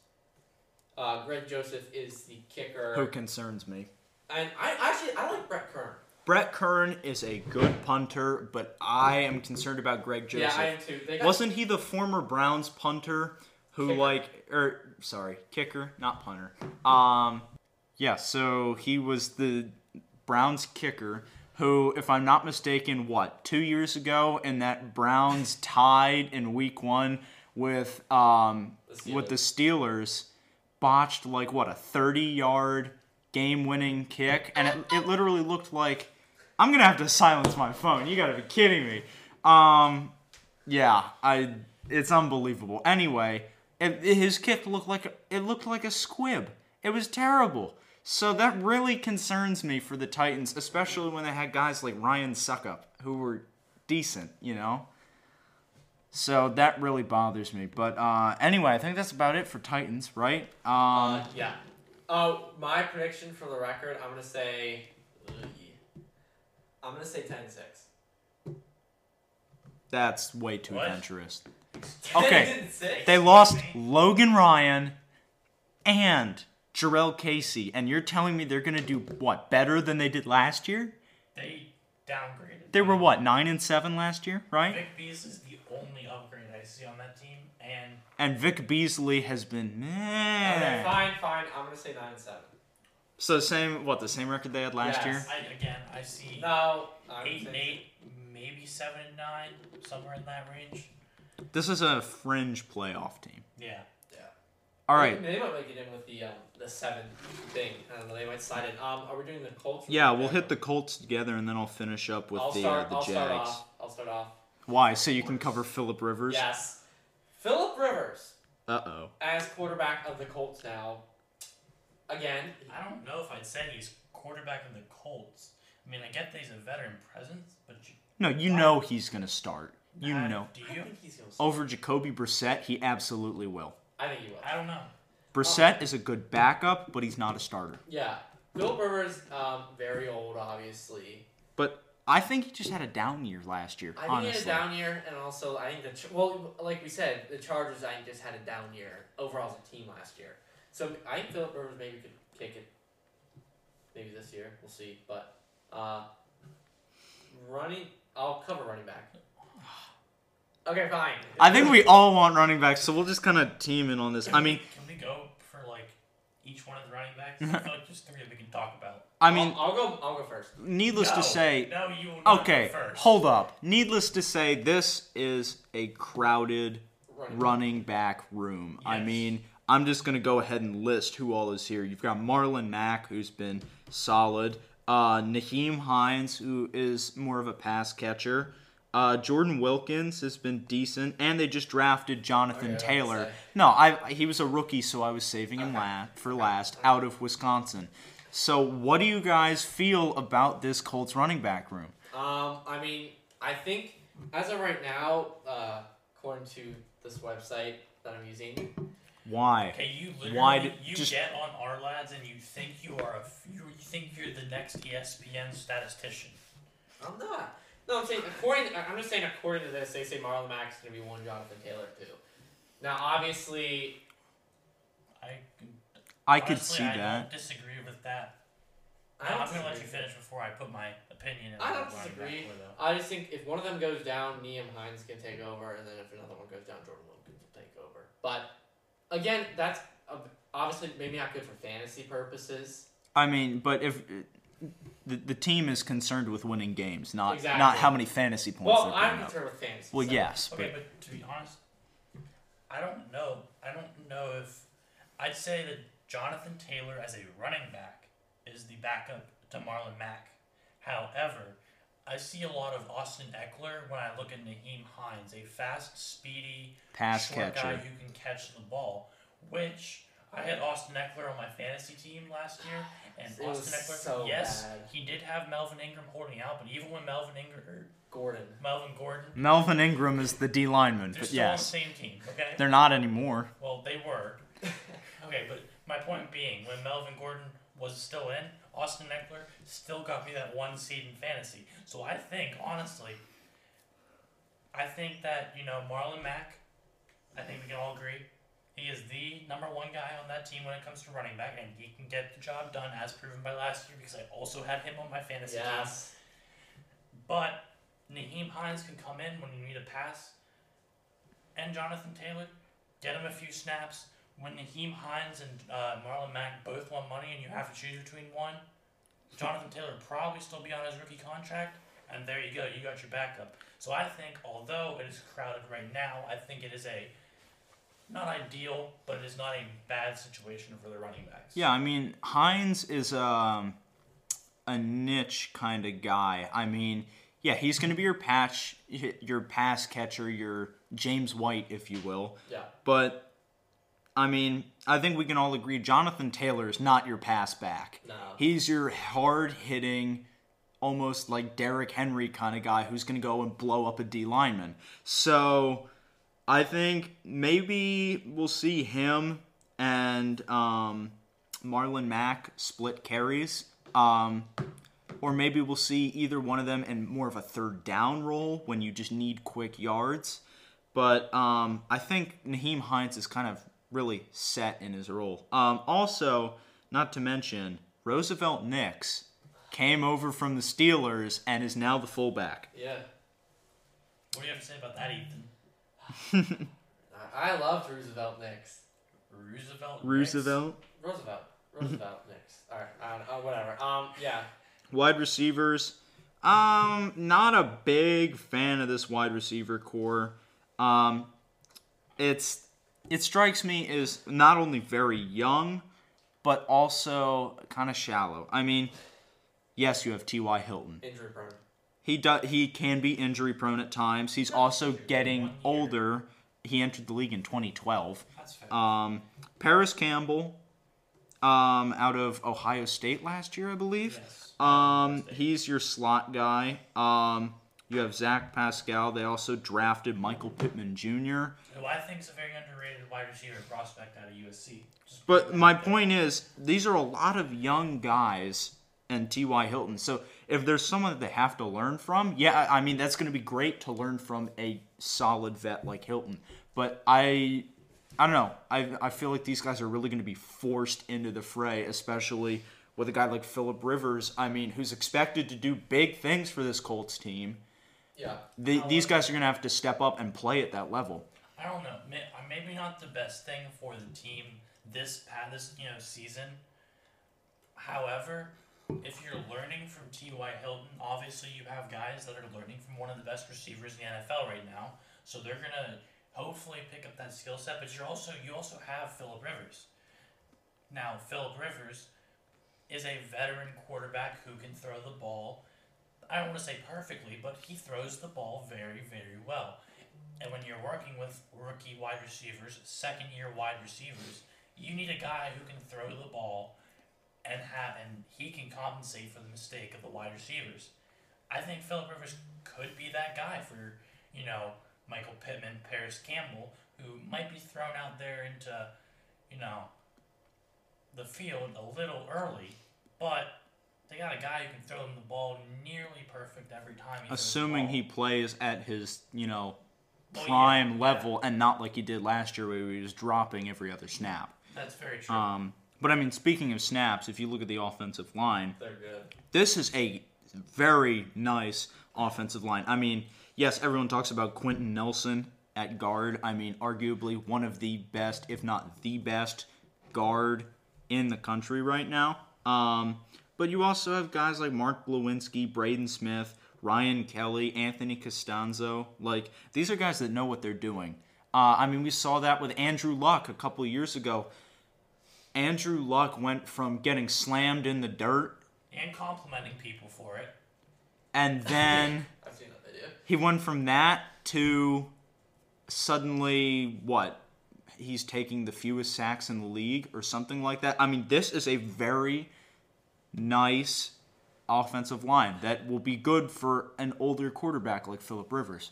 B: Uh, Greg Joseph is the kicker.
A: Who concerns me?
B: and I actually I like Brett Kern.
A: Brett Kern is a good punter, but I am concerned about Greg Joseph.
B: Yeah, I am too. They got,
A: Wasn't he the former Browns punter who
B: Kicker.
A: like or sorry, kicker, not punter. Um yeah, so he was the Browns kicker who if I'm not mistaken, what, 2 years ago in that Browns tied in week 1 with um
B: The
A: with the Steelers botched like what a 30-yard game-winning kick and it, it literally looked like I'm going to have to silence my phone. You got to be kidding me. Um yeah, I. It's unbelievable. Anyway, it, it- his kick looked like it looked like a squib. It was terrible. So that really concerns me for the Titans, especially when they had guys like Ryan Suckup who were decent, you know. So that really bothers me. But uh, anyway, I think that's about it for Titans, right? Um,
B: uh, yeah. Oh, my prediction for the record, I'm gonna say, uh, I'm gonna say 10-6.
A: that's way too
C: What?
A: adventurous. Okay.
B: 10-6?
A: They lost Logan Ryan and Jarrell Casey, and you're telling me they're gonna do what better than they did last year?
C: They downgraded.
A: They were what nine and seven last year, right?
C: Vic Bees is the only upgrade I see on that team, and
A: And Vic Beasley has been
B: Okay,
A: man.
B: fine, fine. I'm gonna say nine and seven.
A: So same what the same record they had last
B: Yes.
A: year.
C: I again I see
B: No, I'm
C: eight and
B: saying-
C: eight, maybe seven and nine, somewhere in that range.
A: This is a fringe playoff team.
C: Yeah.
A: All right.
B: They might make it in with the um, the seven thing. I don't know. They might slide in. Um, are we doing the Colts? or
A: Yeah,
B: the
A: we'll hit the
B: Jaguars?
A: Colts together, and then I'll finish up with
B: I'll
A: the
B: start.
A: uh, the
B: I'll
A: Jags.
B: start off. I'll start off.
A: Why? So you can cover Philip Rivers.
B: Yes, Philip Rivers
A: Uh oh.
B: as quarterback of the Colts now. Again,
C: I don't know if I'd say he's quarterback of the Colts. I mean, I get that he's a veteran presence, but you,
A: No, you know he's gonna start. You
C: I-
A: know.
C: do
B: I
C: you?
B: think he's gonna.
A: Over Jacoby Brissett, he absolutely will.
B: I think he will.
C: I don't know.
A: Brissett is a good backup, but he's not a starter.
B: Yeah, Philip Rivers, um, very old, obviously.
A: But I think he just had a down year last year.
B: I think he had a
A: honestly.
B: down year, and also I think the Ch- well, like we said, the Chargers I think just had a down year overall as a team last year. So I think Philip Rivers maybe could kick it, maybe this year we'll see. But uh, running, I'll cover running back. Okay, fine.
A: I think we all want running backs, so we'll just kind of team in on this.
C: Can
A: I
C: we-
A: mean,
C: can we go for like each one of the running backs? I feel like there's three that we can talk about.
A: I mean,
B: I'll, I'll go. I'll go first.
A: needless
C: No,
A: to say,
C: no, you will not go
A: okay,
C: first.
A: hold up. Needless to say, this is a crowded
B: Running.
A: running back room. I
C: Yes.
A: mean, I'm just going to go ahead and list who all is here. You've got Marlon Mack, who's been solid. Uh, Naheem Hines, who is more of a pass catcher. Uh, Jordan Wilkins has been decent, and they just drafted Jonathan
B: Okay, Oh, I was
A: Taylor.
B: gonna say.
A: No, I he was a rookie, so I was saving him la- for last out of Wisconsin. So, what do you guys feel about this Colts running back room?
B: Um, I mean, I think as of right now, uh, according to this website that I'm using,
A: Why?
C: Okay, you literally
A: Why did-
C: you
A: just-
C: get on our lads and you think you are a f- you, you think you're the next E ESPN statistician.
B: I'm not. No, I'm saying according. I- I'm just saying according to this, they say Marlon Mack's gonna be one, Jonathan Taylor two. Now, obviously,
C: I
A: I could
C: honestly,
A: see
C: I
A: that.
C: Don't disagree with that.
B: I don't
C: I'm gonna let you
B: disagree.
C: finish before I put my opinion. in
B: I
C: the
B: don't
C: running back
B: disagree.
C: for them.
B: I just think if one of them goes down, Neam Hines can take over, and then if another one goes down, Jordan Wilkins will take over. But again, that's ob- obviously maybe not good for fantasy purposes.
A: I mean, but if uh, the, the team is concerned with winning games, not
B: Exactly.
A: not how many fantasy points
B: Well,
A: they're
B: I'm
A: putting up.
B: concerned with fantasy.
A: Well,
B: so-
A: yes,
C: Okay, but to be honest, I don't know. I don't know if I'd say that Jonathan Taylor as a running back is the backup to Marlon Mack. However, I see a lot of Austin Eckler when I look at Naheem Hines, a fast, speedy,
A: but pass
C: short guy
A: catcher.
C: who can catch the ball, which I had Austin Eckler on my fantasy team last year, and
B: It was
C: Austin Eckler,
B: so
C: yes,
B: bad.
C: he did have Melvin Ingram holding out, but even when Melvin Ingram,
B: Gordon.
C: Melvin Gordon
A: Melvin Ingram is the D lineman,
C: they're
A: but
C: still
A: yes,
C: on the same team, okay?
A: they're not anymore.
C: well, they were. Okay, but my point being, when Melvin Gordon was still in, Austin Eckler still got me that one seed in fantasy. So I think, honestly, I think that, you know, Marlon Mack, I think we can all agree, He is the number one guy on that team when it comes to running back, and he can get the job done as proven by last year because I also had him on my fantasy team.
B: Yes.
C: But Naheem Hines can come in when you need a pass, and Jonathan Taylor, get him a few snaps. When Naheem Hines and uh, Marlon Mack both want money and you have to choose between one, Jonathan Taylor will probably still be on his rookie contract, and there you go, you got your backup. So I think, although it is crowded right now, I think it is a not ideal, but it is not a bad situation for the running backs.
A: Yeah, I mean Hines is um, a niche kind of guy. I mean, yeah, he's going to be your patch, your pass catcher, your James White, if you will.
B: Yeah.
A: But I mean, I think we can all agree Jonathan Taylor is not your pass back.
B: No.
A: He's your hard hitting, almost like Derrick Henry kind of guy who's going to go and blow up a D lineman. So I think maybe we'll see him and um, Marlon Mack split carries. Um, or maybe we'll see either one of them in more of a third down role when you just need quick yards. But um, I think Naheem Hines is kind of really set in his role. Um, also, not to mention, Roosevelt Nix came over from the Steelers and is now the fullback.
B: Yeah.
C: What do you have to say about that, Ethan?
B: I, I loved Roosevelt Knicks.
C: Roosevelt. Nix?
A: Roosevelt.
B: Roosevelt. Roosevelt Knicks. All right. I don't know, whatever. Um. Yeah.
A: Wide receivers. Um, not a big fan of this wide receiver core. Um, it's it strikes me as not only very young, but also kind of shallow. I mean, yes, you have T. Y. Hilton.
B: Injury prone.
A: He does he can be injury prone at times. He's also getting older. He entered the league in 2012.
C: That's fair.
A: Um, Paris Campbell, um, out of Ohio State last year, I believe.
C: yes.
A: Um, he's your slot guy. Um, you have Zach Pascal. They also drafted Michael Pittman Jr.
C: who I think is a very underrated wide receiver prospect out of USC. Just
A: But my point is, these are a lot of young guys and T.Y. Hilton. So if there's someone that they have to learn from, yeah, I I mean, that's going to be great to learn from a solid vet like Hilton. But I. I don't know. I, I feel like these guys are really going to be forced into the fray, especially with a guy like Philip Rivers. I mean, who's expected to do big things for this Colts team.
B: Yeah.
A: The, these guys are going to have to step up and play at that level.
C: I don't know. May- uh, Maybe not the best thing for the team this pa- this you know season. However, if you're learning from T.Y. Hilton, obviously you have guys that are learning from one of the best receivers in the NFL right now. So they're gonna hopefully pick up that skill set. But you're also you also have Philip Rivers. Now Philip Rivers is a veteran quarterback who can throw the ball. I don't want to say perfectly, but he throws the ball very very well. And when you're working with rookie wide receivers, second year wide receivers, you need a guy who can throw the ball and have and he can compensate for the mistake of the wide receivers. I think Philip Rivers could be that guy for, you know, Michael Pittman, Paris Campbell, who might be thrown out there into, you know, the field a little early, but they got a guy who can throw them the ball nearly perfect every time. He throws the
A: Assuming
C: ball.
A: he plays at his, you know,
C: Well, yeah,
A: prime
C: yeah.
A: level and not like he did last year where he was dropping every other snap.
C: That's very true.
A: Um, but I mean, speaking of snaps, if you look at the offensive line,
B: They're good.
A: this is a very nice offensive line. I mean, yes, everyone talks about Quentin Nelson at guard. I mean, arguably one of the best, if not the best, guard in the country right now. Um, but you also have guys like Mark Lewinsky, Braden Smith, Ryan Kelly, Anthony Costanzo. Like, these are guys that know what they're doing. Uh, I mean, we saw that with Andrew Luck a couple years ago. Andrew Luck went from getting slammed in the dirt
C: and complimenting people for it.
A: and then
B: I've seen that video.
A: he went from that to suddenly what he's taking the fewest sacks in the league or something like that i mean this is a very nice offensive line that will be good for an older quarterback like philip rivers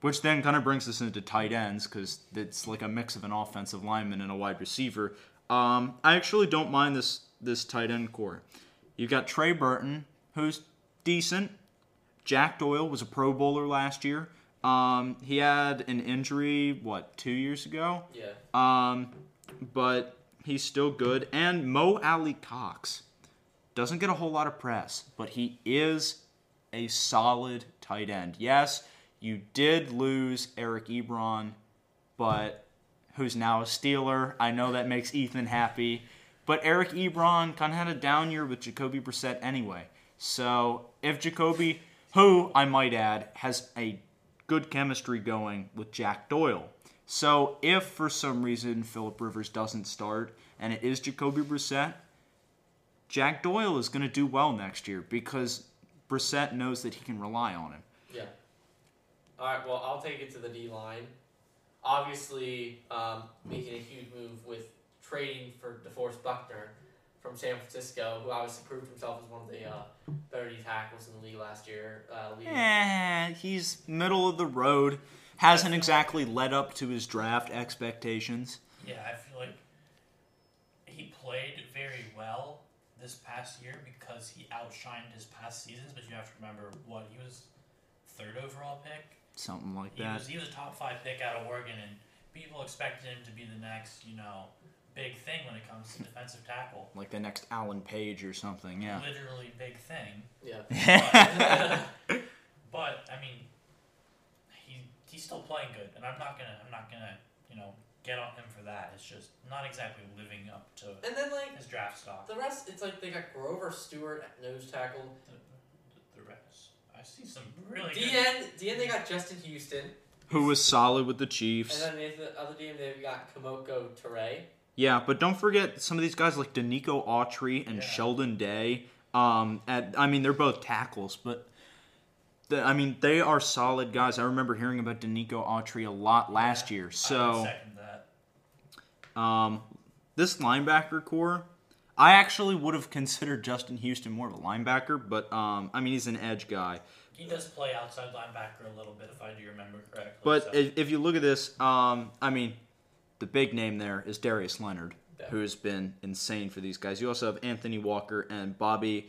A: which then kind of brings us into tight ends because it's like a mix of an offensive lineman and a wide receiver. Um, I actually don't mind this this tight end core. You got Trey Burton, who's decent. Jack Doyle was a Pro Bowler last year. Um, he had an injury what two years ago,
B: Yeah.
A: um, but he's still good. And Mo Ali Cox doesn't get a whole lot of press, but he is a solid tight end. Yes, you did lose Eric Ebron, but who's now a Steeler. I know that makes Ethan happy, but Eric Ebron kind of had a down year with Jacoby Brissett anyway. So if Jacoby, who I might add, has a good chemistry going with Jack Doyle. So if for some reason Philip Rivers doesn't start and it is Jacoby Brissett, Jack Doyle is going to do well next year because Brissett knows that he can rely on him.
B: Yeah. All right. Well, I'll take it to the D line. Obviously, um, making a huge move with trading for DeForest Buckner from San Francisco, who obviously proved himself as one of the uh, better tackles in the league last year. Uh, leading-
A: Eh, he's middle of the road. Hasn't exactly led up to his draft expectations.
C: Yeah, I feel like he played very well this past year because he outshined his past seasons. But you have to remember what he was third overall pick.
A: Something like
C: He
A: that.
C: was he was a top five pick out of Oregon, and people expected him to be the next you know big thing when it comes to defensive tackle.
A: Like the next Alan Page or something, yeah.
C: Literally big thing.
B: Yeah.
C: But I mean, he he's still playing good, and I'm not gonna I'm not gonna you know get on him for that. It's just not exactly living up to
B: And then like
C: his draft stock.
B: the rest, it's like they got Grover Stewart at nose tackle.
C: The, the rest, I see some really
B: D
C: good.
B: end, D end, they got Justin Houston,
A: Who was solid with the
B: and
A: Chiefs.
B: then the other D end, they've got Kamoko Ture.
A: Yeah, but don't forget some of these guys like Danico Autry and
C: Yeah.
A: Sheldon Day. Um, at, I mean, they're both tackles, but the, I mean, they are solid guys. I remember hearing about Danico Autry a lot last year.
C: I
A: So.
C: would second that.
A: Um, this linebacker core, I actually would have considered Justin Houston more of a linebacker, but um, I mean he's an edge guy.
C: He does play outside linebacker a little bit, if I do remember correctly.
A: But
C: so.
A: if, if you look at this, um, I mean, the big name there is Darius Leonard,
B: Yeah.
A: who has been insane for these guys. You also have Anthony Walker and Bobby,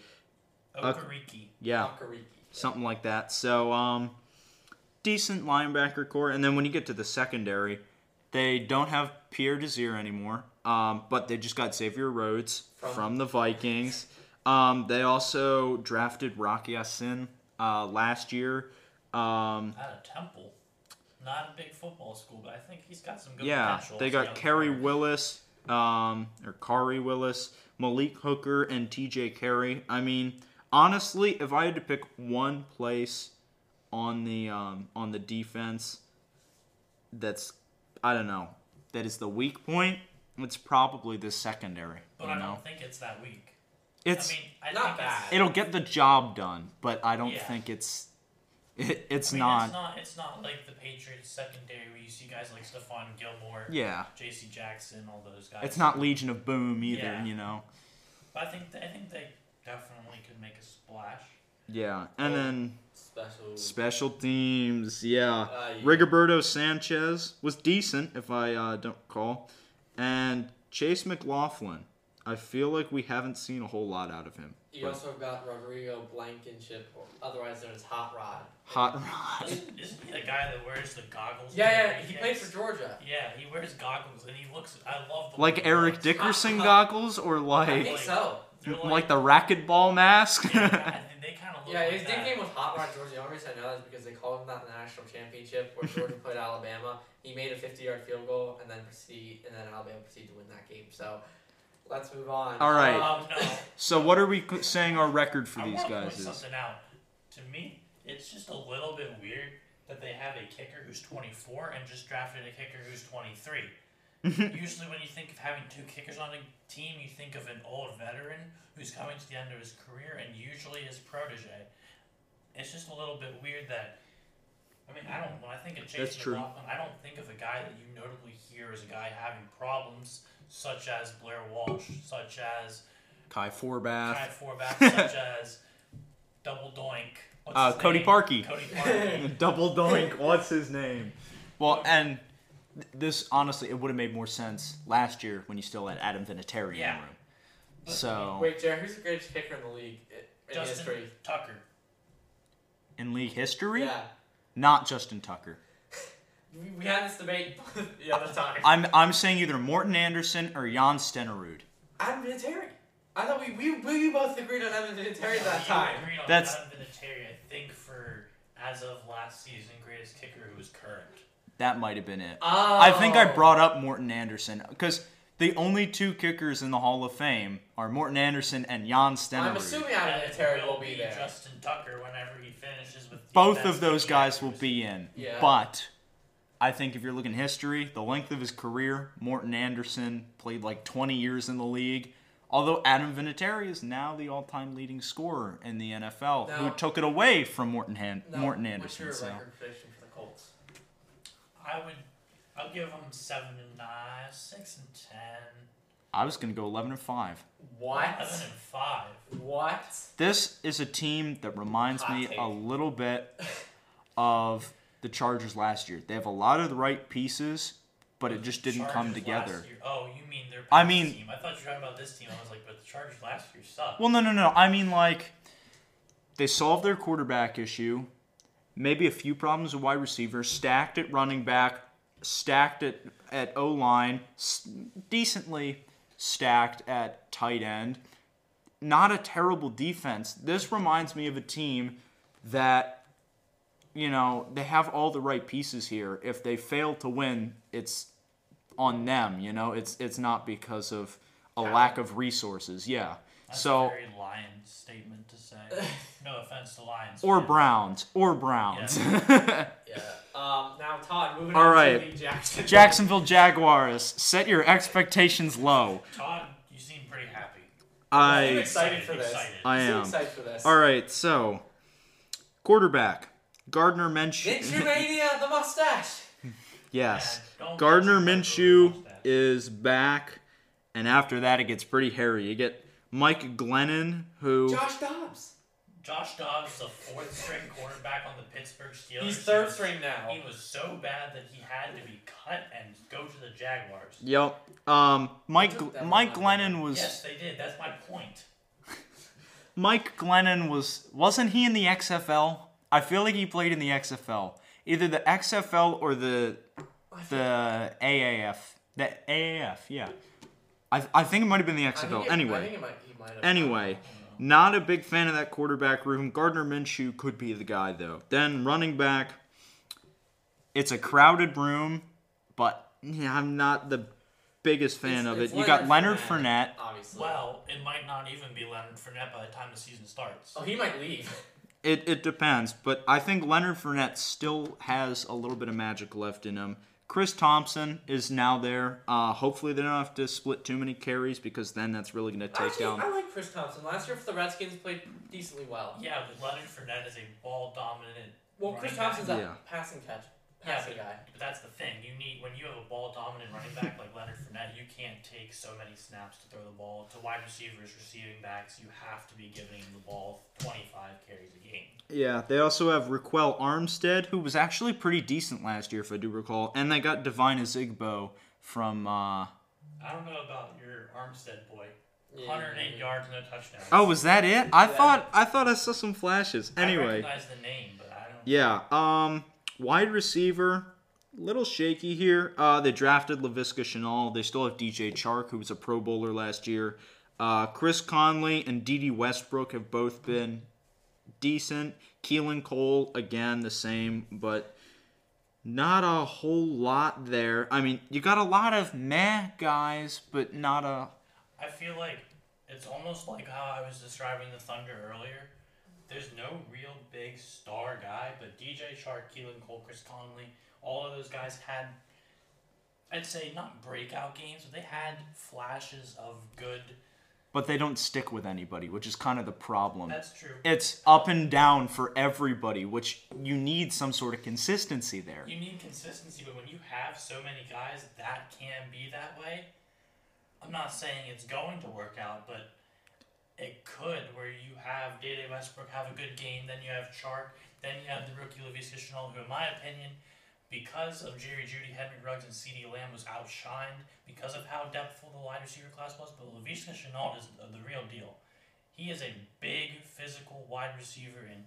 A: uh,
C: Okariki.
A: yeah,
B: Makariki.
A: something like that. So um, decent linebacker core. And then when you get to the secondary, they don't have Pierre Desir anymore, um, but they just got Xavier Rhodes from,
B: From-
A: the Vikings. Um, they also drafted Rocky Sin uh, last year. Um,
C: out of Temple. Not a big football school, but I think he's got some good
A: yeah,
C: potential.
A: they
C: as a young
A: got Kerry
C: player.
A: Willis um, or Kari Willis, Malik Hooker, and T.J. Carey. I mean, honestly, if I had to pick one place on the um, on the defense, that's I don't know that is the weak point. It's probably the secondary.
C: But
A: you
C: I
A: know,
C: don't think it's that weak.
A: it's
C: I mean, I
B: Not
C: think it's-
B: bad.
A: it'll get the job done, but I don't
C: Yeah.
A: think it's it, it's
C: I mean,
A: not.
C: It's not. It's not like the Patriots secondary where you see guys like Stephon Gilmore,
A: Yeah,
C: J.C. Jackson, all those guys.
A: it's not Legion of Boom either.
C: Yeah.
A: You know.
C: But I think I think they definitely could make a splash.
A: Yeah, and
B: Oh.
A: then.
B: Special.
A: Special teams, yeah.
B: Uh, yeah.
A: Rigoberto Sanchez was decent, if I uh, don't recall. And Chase McLaughlin. I feel like we haven't seen a whole lot out of him.
B: You
A: But-
B: also got Rodrigo Blankenship, or otherwise known as Hot Rod.
A: Hot Rod.
C: Isn't, isn't he the guy that wears the goggles?
B: Yeah,
C: and
B: yeah, he
C: everything?
B: played for Georgia.
C: Yeah, he wears goggles and he looks. I love the way
A: Like
C: he
A: Eric
C: looks.
A: Dickerson goggles or
B: I
A: like
B: think so.
C: They're
A: like
C: Like,
A: the racquetball mask?
C: yeah, I think they kind of look
B: Yeah,
C: like
B: his
C: that.
B: nickname was Hot Rod Georgia. The only reason I know that is because they called him that in the national championship where Georgia played Alabama. He made a 50-yard field goal and then proceed, and then Alabama proceeded to win that game. So let's move on.
A: All right.
C: Um, no.
A: so what are we co- saying our record for
C: I
A: these
C: want to point
A: guys is?
C: something out. To me, it's just a little bit weird that they have a kicker who's 24 and just drafted a kicker who's 23. Usually, when you think of having two kickers on a team, you think of an old veteran who's coming to the end of his career and usually his protege. It's just a little bit weird that. I mean, I don't. When I think of
A: That's
C: Chase
A: true.
C: McLaughlin, I don't think of a guy that you notably hear as a guy having problems, such as Blair Walsh, such as
A: Kai
C: Kai
A: Forbath.
C: fourback such as Double Doink. What's
A: Uh,
C: his
A: Cody
C: name?
A: Parkey.
C: Cody Parkey.
A: Double doink. What's his name? Well, and th- this honestly, it would have made more sense last year when you still had Adam Vinatieri in
C: Yeah.
A: the room. So
B: Uh, Wait, Jared, who's the greatest kicker in the league i- in
C: Justin
B: history?
C: Tucker.
A: in league history,
B: Yeah.
A: not Justin Tucker.
B: We, we had this debate the other time.
A: I'm I'm saying either Morton Anderson or Jan Stenerud.
B: Adam Vinatieri. I thought we we, we both agreed on Adam Vinatieri that
C: You
B: time.
C: agreed on
A: That's-
C: Adam Vinatieri, I think, for as of last season, greatest kicker who was current.
A: That might have been it.
B: Oh.
A: I think I brought up Morton Anderson because the only two kickers in the Hall of Fame are Morton Anderson and Jan Stenerud.
B: I'm assuming Adam
C: And
B: Vinatieri
C: it
B: will be there.
C: Justin Tucker whenever he finishes with.
A: both
C: defense
A: of those
C: kick
A: guys will
C: kickers.
A: be in.
B: Yeah.
A: But I think if you're looking history, the length of his career, Morton Anderson played like 20 years in the league. Although Adam Vinatieri is now the all-time leading scorer in the NFL, who
B: No.
A: took it away from Morton Han-
B: No,
A: Morton
B: What's
A: Anderson.
B: your
A: so.
B: record prediction for the Colts?
C: I would. I'll give them seven and nine, six and ten,
A: I was going to go 11 and 5.
C: eleven
B: What?
C: and five.
B: What?
A: This is a team that reminds
B: Hot
A: me
B: take.
A: a little bit of the Chargers last year. They have a lot of the right pieces, but it just didn't come
C: Chargers last
A: together.
C: year- Oh, you mean their?
A: I
C: past
A: mean-
C: team. I thought you were talking about this team. I was like, but the Chargers last year sucked.
A: Well, no, no, no. I mean, like, they solved their quarterback issue, maybe a few problems with wide receiver, stacked at running back, stacked at, at O line, s- decently stacked at tight end. Not a terrible defense. This reminds me of a team that, you know, they have all the right pieces here. If they fail to win, it's on them, you know? It's it's not because of a lack of resources. Yeah.
C: That's
A: so
C: a very Lions statement to say. no offense to Lions.
A: or
C: fans.
A: Browns, or Browns.
B: Yeah. Um. Now, Todd, moving
A: All
B: on
A: right.
B: to the Jackson.
A: Jacksonville Jaguars, set your expectations low.
C: Todd, you seem pretty happy.
B: I'm
A: I
B: excited for this.
C: Excited.
A: I
B: I'm
A: am.
B: excited for this.
A: All right, so quarterback Gardner Minshew.
B: Minshew Mania, the mustache.
A: yes,
C: Yeah, don't
A: Gardner
C: mention Gardner
A: Minshew
C: Minshew.
A: is back, and after that it gets pretty hairy. You get Mike Glennon, who
B: Josh Dobbs.
C: Josh Dobbs is a fourth string quarterback on the Pittsburgh Steelers.
B: He's
C: He
B: third
C: was-
B: string now.
C: He was so bad that he had to be cut and go to the Jaguars.
A: yep, um, Mike
B: Took that one
A: Mike
B: out.
A: Glennon was
C: Yes, they did. That's my point.
A: Mike Glennon was wasn't he in the XFL? I feel like he played in the XFL, either the XFL or the the AAF. The AAF, yeah. I, I think it might have been the
B: I think
A: XFL.
B: it- I think
A: anyway,
B: it might, he might have.
A: anyway, not a big fan of that quarterback room. Gardner Minshew could be the guy though. Then running back, it's a crowded room, but yeah, I'm not the biggest fan
B: It's-
A: of
B: it's
A: it. You got Leonard Fournette.
B: Obviously.
C: Well, it might not even be Leonard Fournette by the time the season starts.
B: Oh, he might leave.
A: It, it depends, but I think Leonard Fournette still has a little bit of magic left in him. Chris Thompson is now there. Uh, hopefully, they don't have to split too many carries because then that's really going to take
B: Actually,
A: down.
B: I like Chris Thompson. Last year for the Redskins, played decently well.
C: Yeah, but Leonard Fournette is a ball dominant.
B: Well, Chris
C: running
B: Thompson's a
C: back.
A: Yeah.
B: passing catch,
C: Yeah,
B: passing guy.
C: but, but that's the thing. You need when you have a ball dominant running back like Leonard Fournette, you can't take so many snaps to throw the ball to wide receivers, receiving backs. You have to be giving the ball 25 carries a game.
A: Yeah, they also have Raquel Armstead, who was actually pretty decent last year, if I do recall, and they got Divine Azigbo from. Uh...
C: I don't know about your Armstead boy.
B: Yeah.
C: 108 yards, no touchdowns.
A: Oh, was that it? I
B: Yeah.
A: thought I thought I saw some flashes.
C: I
A: Anyway,
C: recognize the name, but I don't.
A: yeah. Um, wide receiver, little shaky here. Uh, they drafted Lavisca Chanel. They still have DJ Chark, who was a Pro Bowler last year. Uh, Chris Conley and D.D. Westbrook have both been decent. Keelan Cole again the same, but not a whole lot there. I mean, you got a lot of meh guys, but not a
C: I feel like it's almost like how I was describing the Thunder earlier. There's no real big star guy, but DJ Shark, Keelan Cole, Chris Conley, all of those guys had, I'd say, not breakout games, but they had flashes of good.
A: but they don't stick with anybody, which is kind of the problem.
C: That's true.
A: it's up and down for everybody, which you need some sort of consistency there.
C: You need consistency, but when you have so many guys that can be that way, I'm not saying it's going to work out, but it could. Where you have Dede Westbrook have a good game, then you have Chark, then you have the rookie Lavisca Chenault, who, in my opinion, because of Jerry Judy, Henry Ruggs, and C.D. Lamb was outshined because of how depthful the wide receiver class was. But Lavisca Chenault is the the real deal. He is a big physical wide receiver, and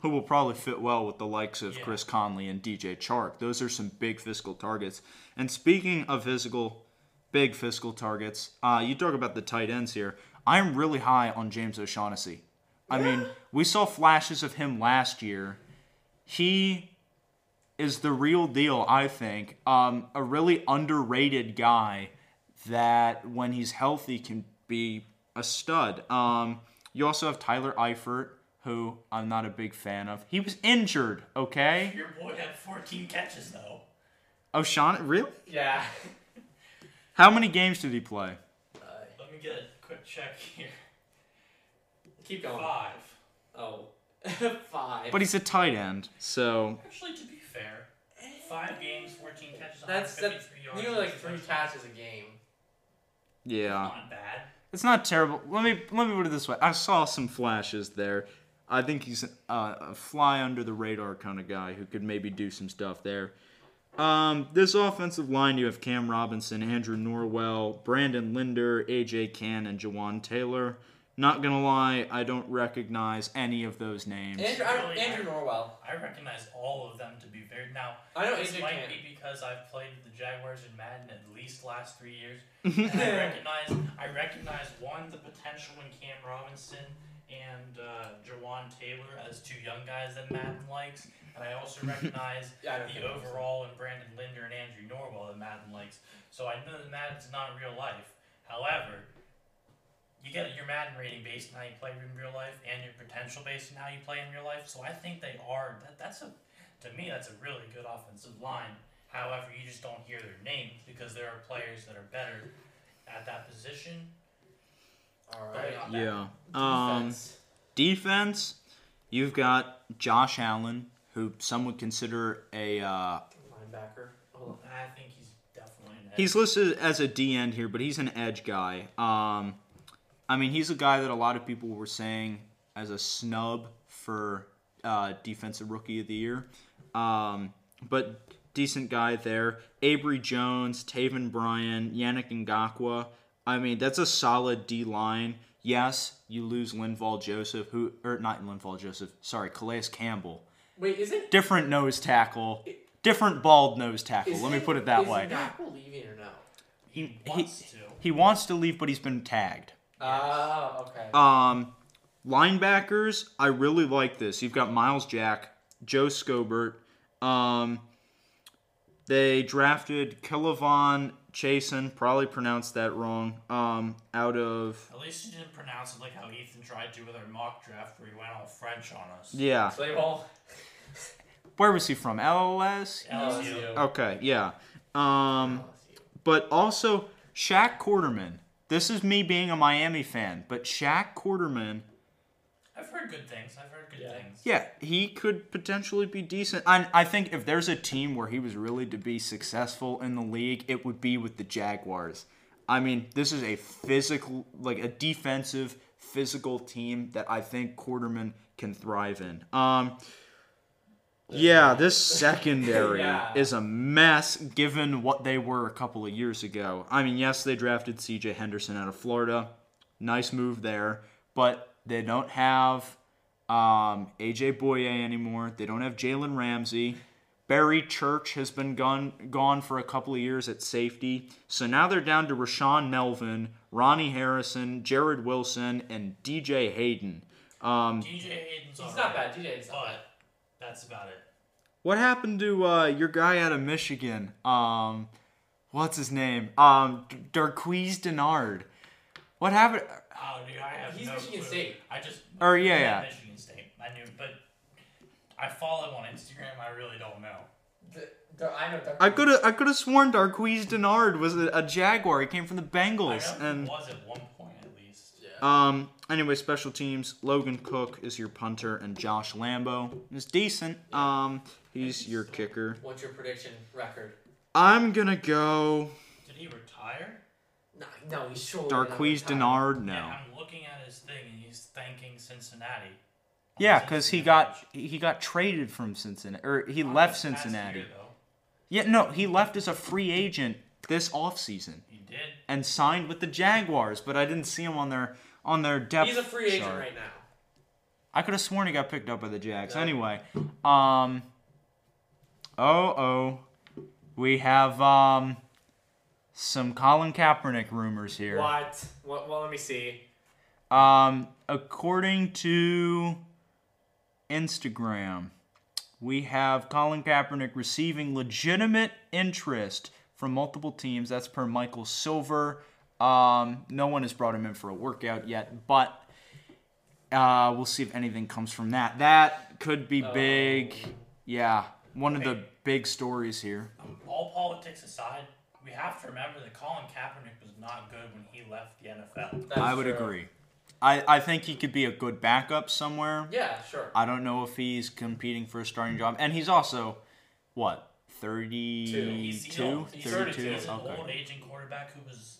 A: who will probably fit well with the likes of
C: Yeah.
A: Chris Conley and DJ Chark. Those are some big physical targets. And speaking of physical, big physical targets, uh, you talk about the tight ends here. I'm really high on James O'Shaughnessy. I mean, we saw flashes of him last year. He is the real deal, I think. Um, a really underrated guy that when he's healthy can be a stud. Um, you also have Tyler Eifert, who I'm not a big fan of. He was injured, okay?
C: Your boy had 14 catches though.
A: O'Shaughnessy, really?
B: Yeah.
A: How many games did he play?
B: Uh,
C: Let me get a quick check here.
B: keep going.
C: Five.
B: Oh. Five.
A: But he's a tight end, so
C: Actually, to be fair, five games, 14 catches,
B: that's that's
C: 153 yards.
B: nearly
C: and
B: like
C: two
B: three
C: touchdowns.
B: catches a game.
A: yeah.
C: Not bad.
A: It's not terrible. Let me let me put it this way. I saw some flashes there. I think he's uh, a fly under the radar kind of guy who could maybe do some stuff there. Um, this offensive line, you have Cam Robinson, Andrew Norwell, Brandon Linder, AJ Can, and Jawan Taylor. Not gonna lie, I don't recognize any of those names.
B: Andrew, I-
C: Really?
B: Andrew Norwell.
C: I recognize all of them to be very. Now,
B: I know
C: this
B: AJ
C: might
B: can.
C: be because I've played the Jaguars in Madden at least last three years. and I recognize, I recognize one, the potential in Cam Robinson and uh, Jawan Taylor as two young guys that Madden likes. And I also recognize
B: Yeah, I don't
C: the
B: think it was.
C: overall and Brandon Linder and Andrew Norwell that Madden likes. So I know that Madden's not real life. However, you get your Madden rating based on how you play in real life and your potential based on how you play in real life. So I think they are that, that's a to me that's a really good offensive line. However, you just don't hear their names because there are players that are better at that position.
B: All
C: but
B: right.
C: not that.
A: yeah. Um, defense, you've got Josh Allen, who some would consider a uh,
B: Linebacker. Hold on.
C: I think he's definitely an edge.
A: He's listed as a D end here, but he's an edge guy. Um, I mean, he's a guy that a lot of people were saying as a snub for uh, defensive rookie of the year. Um, but decent guy there. Avery Jones, Taven Bryan, Yannick Ngakwa. I mean, that's a solid D line. Yes, you lose Linval Joseph, who or not Linval Joseph. Sorry, Calais Campbell.
B: Wait, isn't
A: Different nose tackle. Different bald nose tackle.
B: is
A: Let me put it that
B: is
A: way.
B: Gackle leaving or no?
C: he wants to.
A: He wants to leave, but he's been tagged.
B: Oh, okay.
A: Um, linebackers, I really like this. You've got Miles Jack, Joe Scobert. Um, they drafted Kilavon Chasen, probably pronounced that wrong, um, out of.
C: At least you didn't pronounce it like how Ethan tried to with our mock draft where he went all French on us.
A: Yeah.
B: Play ball.
A: Where was he from? LLS?
C: LSU.
A: Okay, yeah. Um, but also, Shaq Quarterman. This is me being a Miami fan, but Shaq Quarterman.
C: I've heard good things. I've heard good
B: Yeah.
C: things.
A: Yeah, he could potentially be decent. And I think if there's a team where he was really to be successful in the league, it would be with the Jaguars. I mean, this is a physical, like a defensive, physical team that I think Quarterman can thrive in. Um, yeah, this secondary
B: Yeah.
A: is a mess given what they were a couple of years ago. I mean, yes, they drafted CJ Henderson out of Florida. Nice move there, but they don't have um, AJ Boye anymore. They don't have Jalen Ramsey. Barry Church has been gone gone for a couple of years at safety. So now they're down to Rashawn Melvin, Ronnie Harrison, Jared Wilson, and DJ Hayden. Um,
C: DJ Hayden's
B: He's
C: alright,
B: not bad. DJ's not bad.
C: but that's about it.
A: What happened to uh, your guy out of Michigan? Um, what's his name? Um, D- Darquise Denard. What happened?
C: Oh, dude, I have
B: He's
C: no
B: Michigan
C: clue.
B: State.
C: I just.
A: Or, Oh, yeah,
C: I'm
A: yeah.
C: Michigan State. I knew, but I follow him on Instagram. I really don't know.
B: The- the- I know.
A: I could have I could have sworn Darquise Denard was a, a Jaguar. He came from the
C: I
A: Bengals.
C: know he
A: And
C: was at one point at least.
B: Uh,
A: um, anyway, special teams. Logan Cook is your punter, and Josh Lambo is decent. Um, he's your kicker.
B: What's your prediction record?
A: I'm gonna go
C: Did he retire?
B: No, no, he's sure.
A: Darquise Denard. No.
C: Yeah, I'm looking at his thing, and he's thanking Cincinnati. on
A: Yeah,
C: his
A: because he
C: Instagram
A: got
C: page.
A: he got traded from Cincinnati, or he
C: Not
A: left
C: this past
A: Cincinnati.
C: year, though.
A: Yeah, no, he left as a free agent this offseason
C: He did.
A: and signed with the Jaguars, but I didn't see him on their on their depth.
B: He's a free agent
A: chart.
B: right now.
A: I could have sworn he got picked up by the Jags.
B: No.
A: Anyway, um, oh oh, we have um, some Colin Kaepernick rumors here.
B: What? What? Well, let me see.
A: Um, according to Instagram, we have Colin Kaepernick receiving legitimate interest from multiple teams. That's per Michael Silver. Um, no one has brought him in for a workout yet, but uh, we'll see if anything comes from that. That could be
B: Oh.
A: big. Yeah, one of the big stories here.
C: Um, All politics aside, we have to remember that Colin Kaepernick was not good when he left the NFL.
B: That's
A: I would
B: true.
A: agree. I, I think he could be a good backup somewhere.
B: Yeah, sure.
A: I don't know if he's competing for a starting job. And he's also, what, 32?
C: He's, you know, he's,
A: 32?
C: he's an old
A: Okay.
C: aging quarterback who was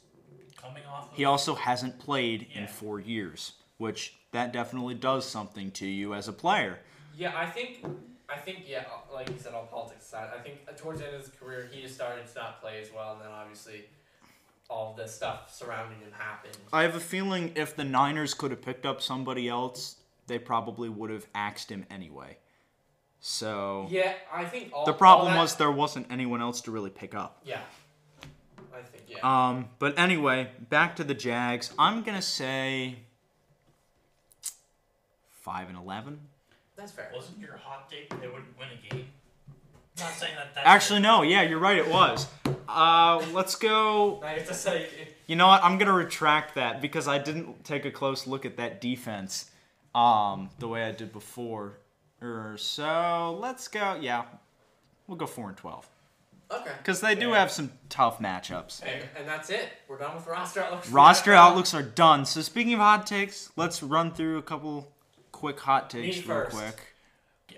C: coming off of
A: He also hasn't played in
C: Yeah.
A: four years, which that definitely does something to you as a player.
B: Yeah, I think, I think, yeah, uh, like you said, all politics aside, I think uh, towards the end of his career, he just started to not play as well, and then obviously, all the stuff surrounding him happened.
A: I have a feeling if the Niners could have picked up somebody else, they probably would have axed him anyway. So
B: Yeah, I think all
A: the problem
B: all that-
A: was there wasn't anyone else to really pick up.
B: Yeah, I think yeah.
A: Um, but anyway, back to the Jags. I'm gonna say five and eleven.
B: That's fair.
C: Wasn't your hot take that they wouldn't win a game? I'm not saying that that's
A: Actually, no. Yeah, you're right. It was. Uh, let's go.
B: Now you have to say it-
A: You know what? I'm gonna retract that because I didn't take a close look at that defense, um, the way I did before. Er, so let's go. Yeah, we'll go four and twelve
B: okay.
A: because they do
C: Yeah.
A: have some tough matchups.
B: And, and that's it. We're done with roster outlooks.
A: Roster outlooks are done. So speaking of hot takes, let's run through a couple quick hot takes
B: Me
A: real
B: first.
A: quick.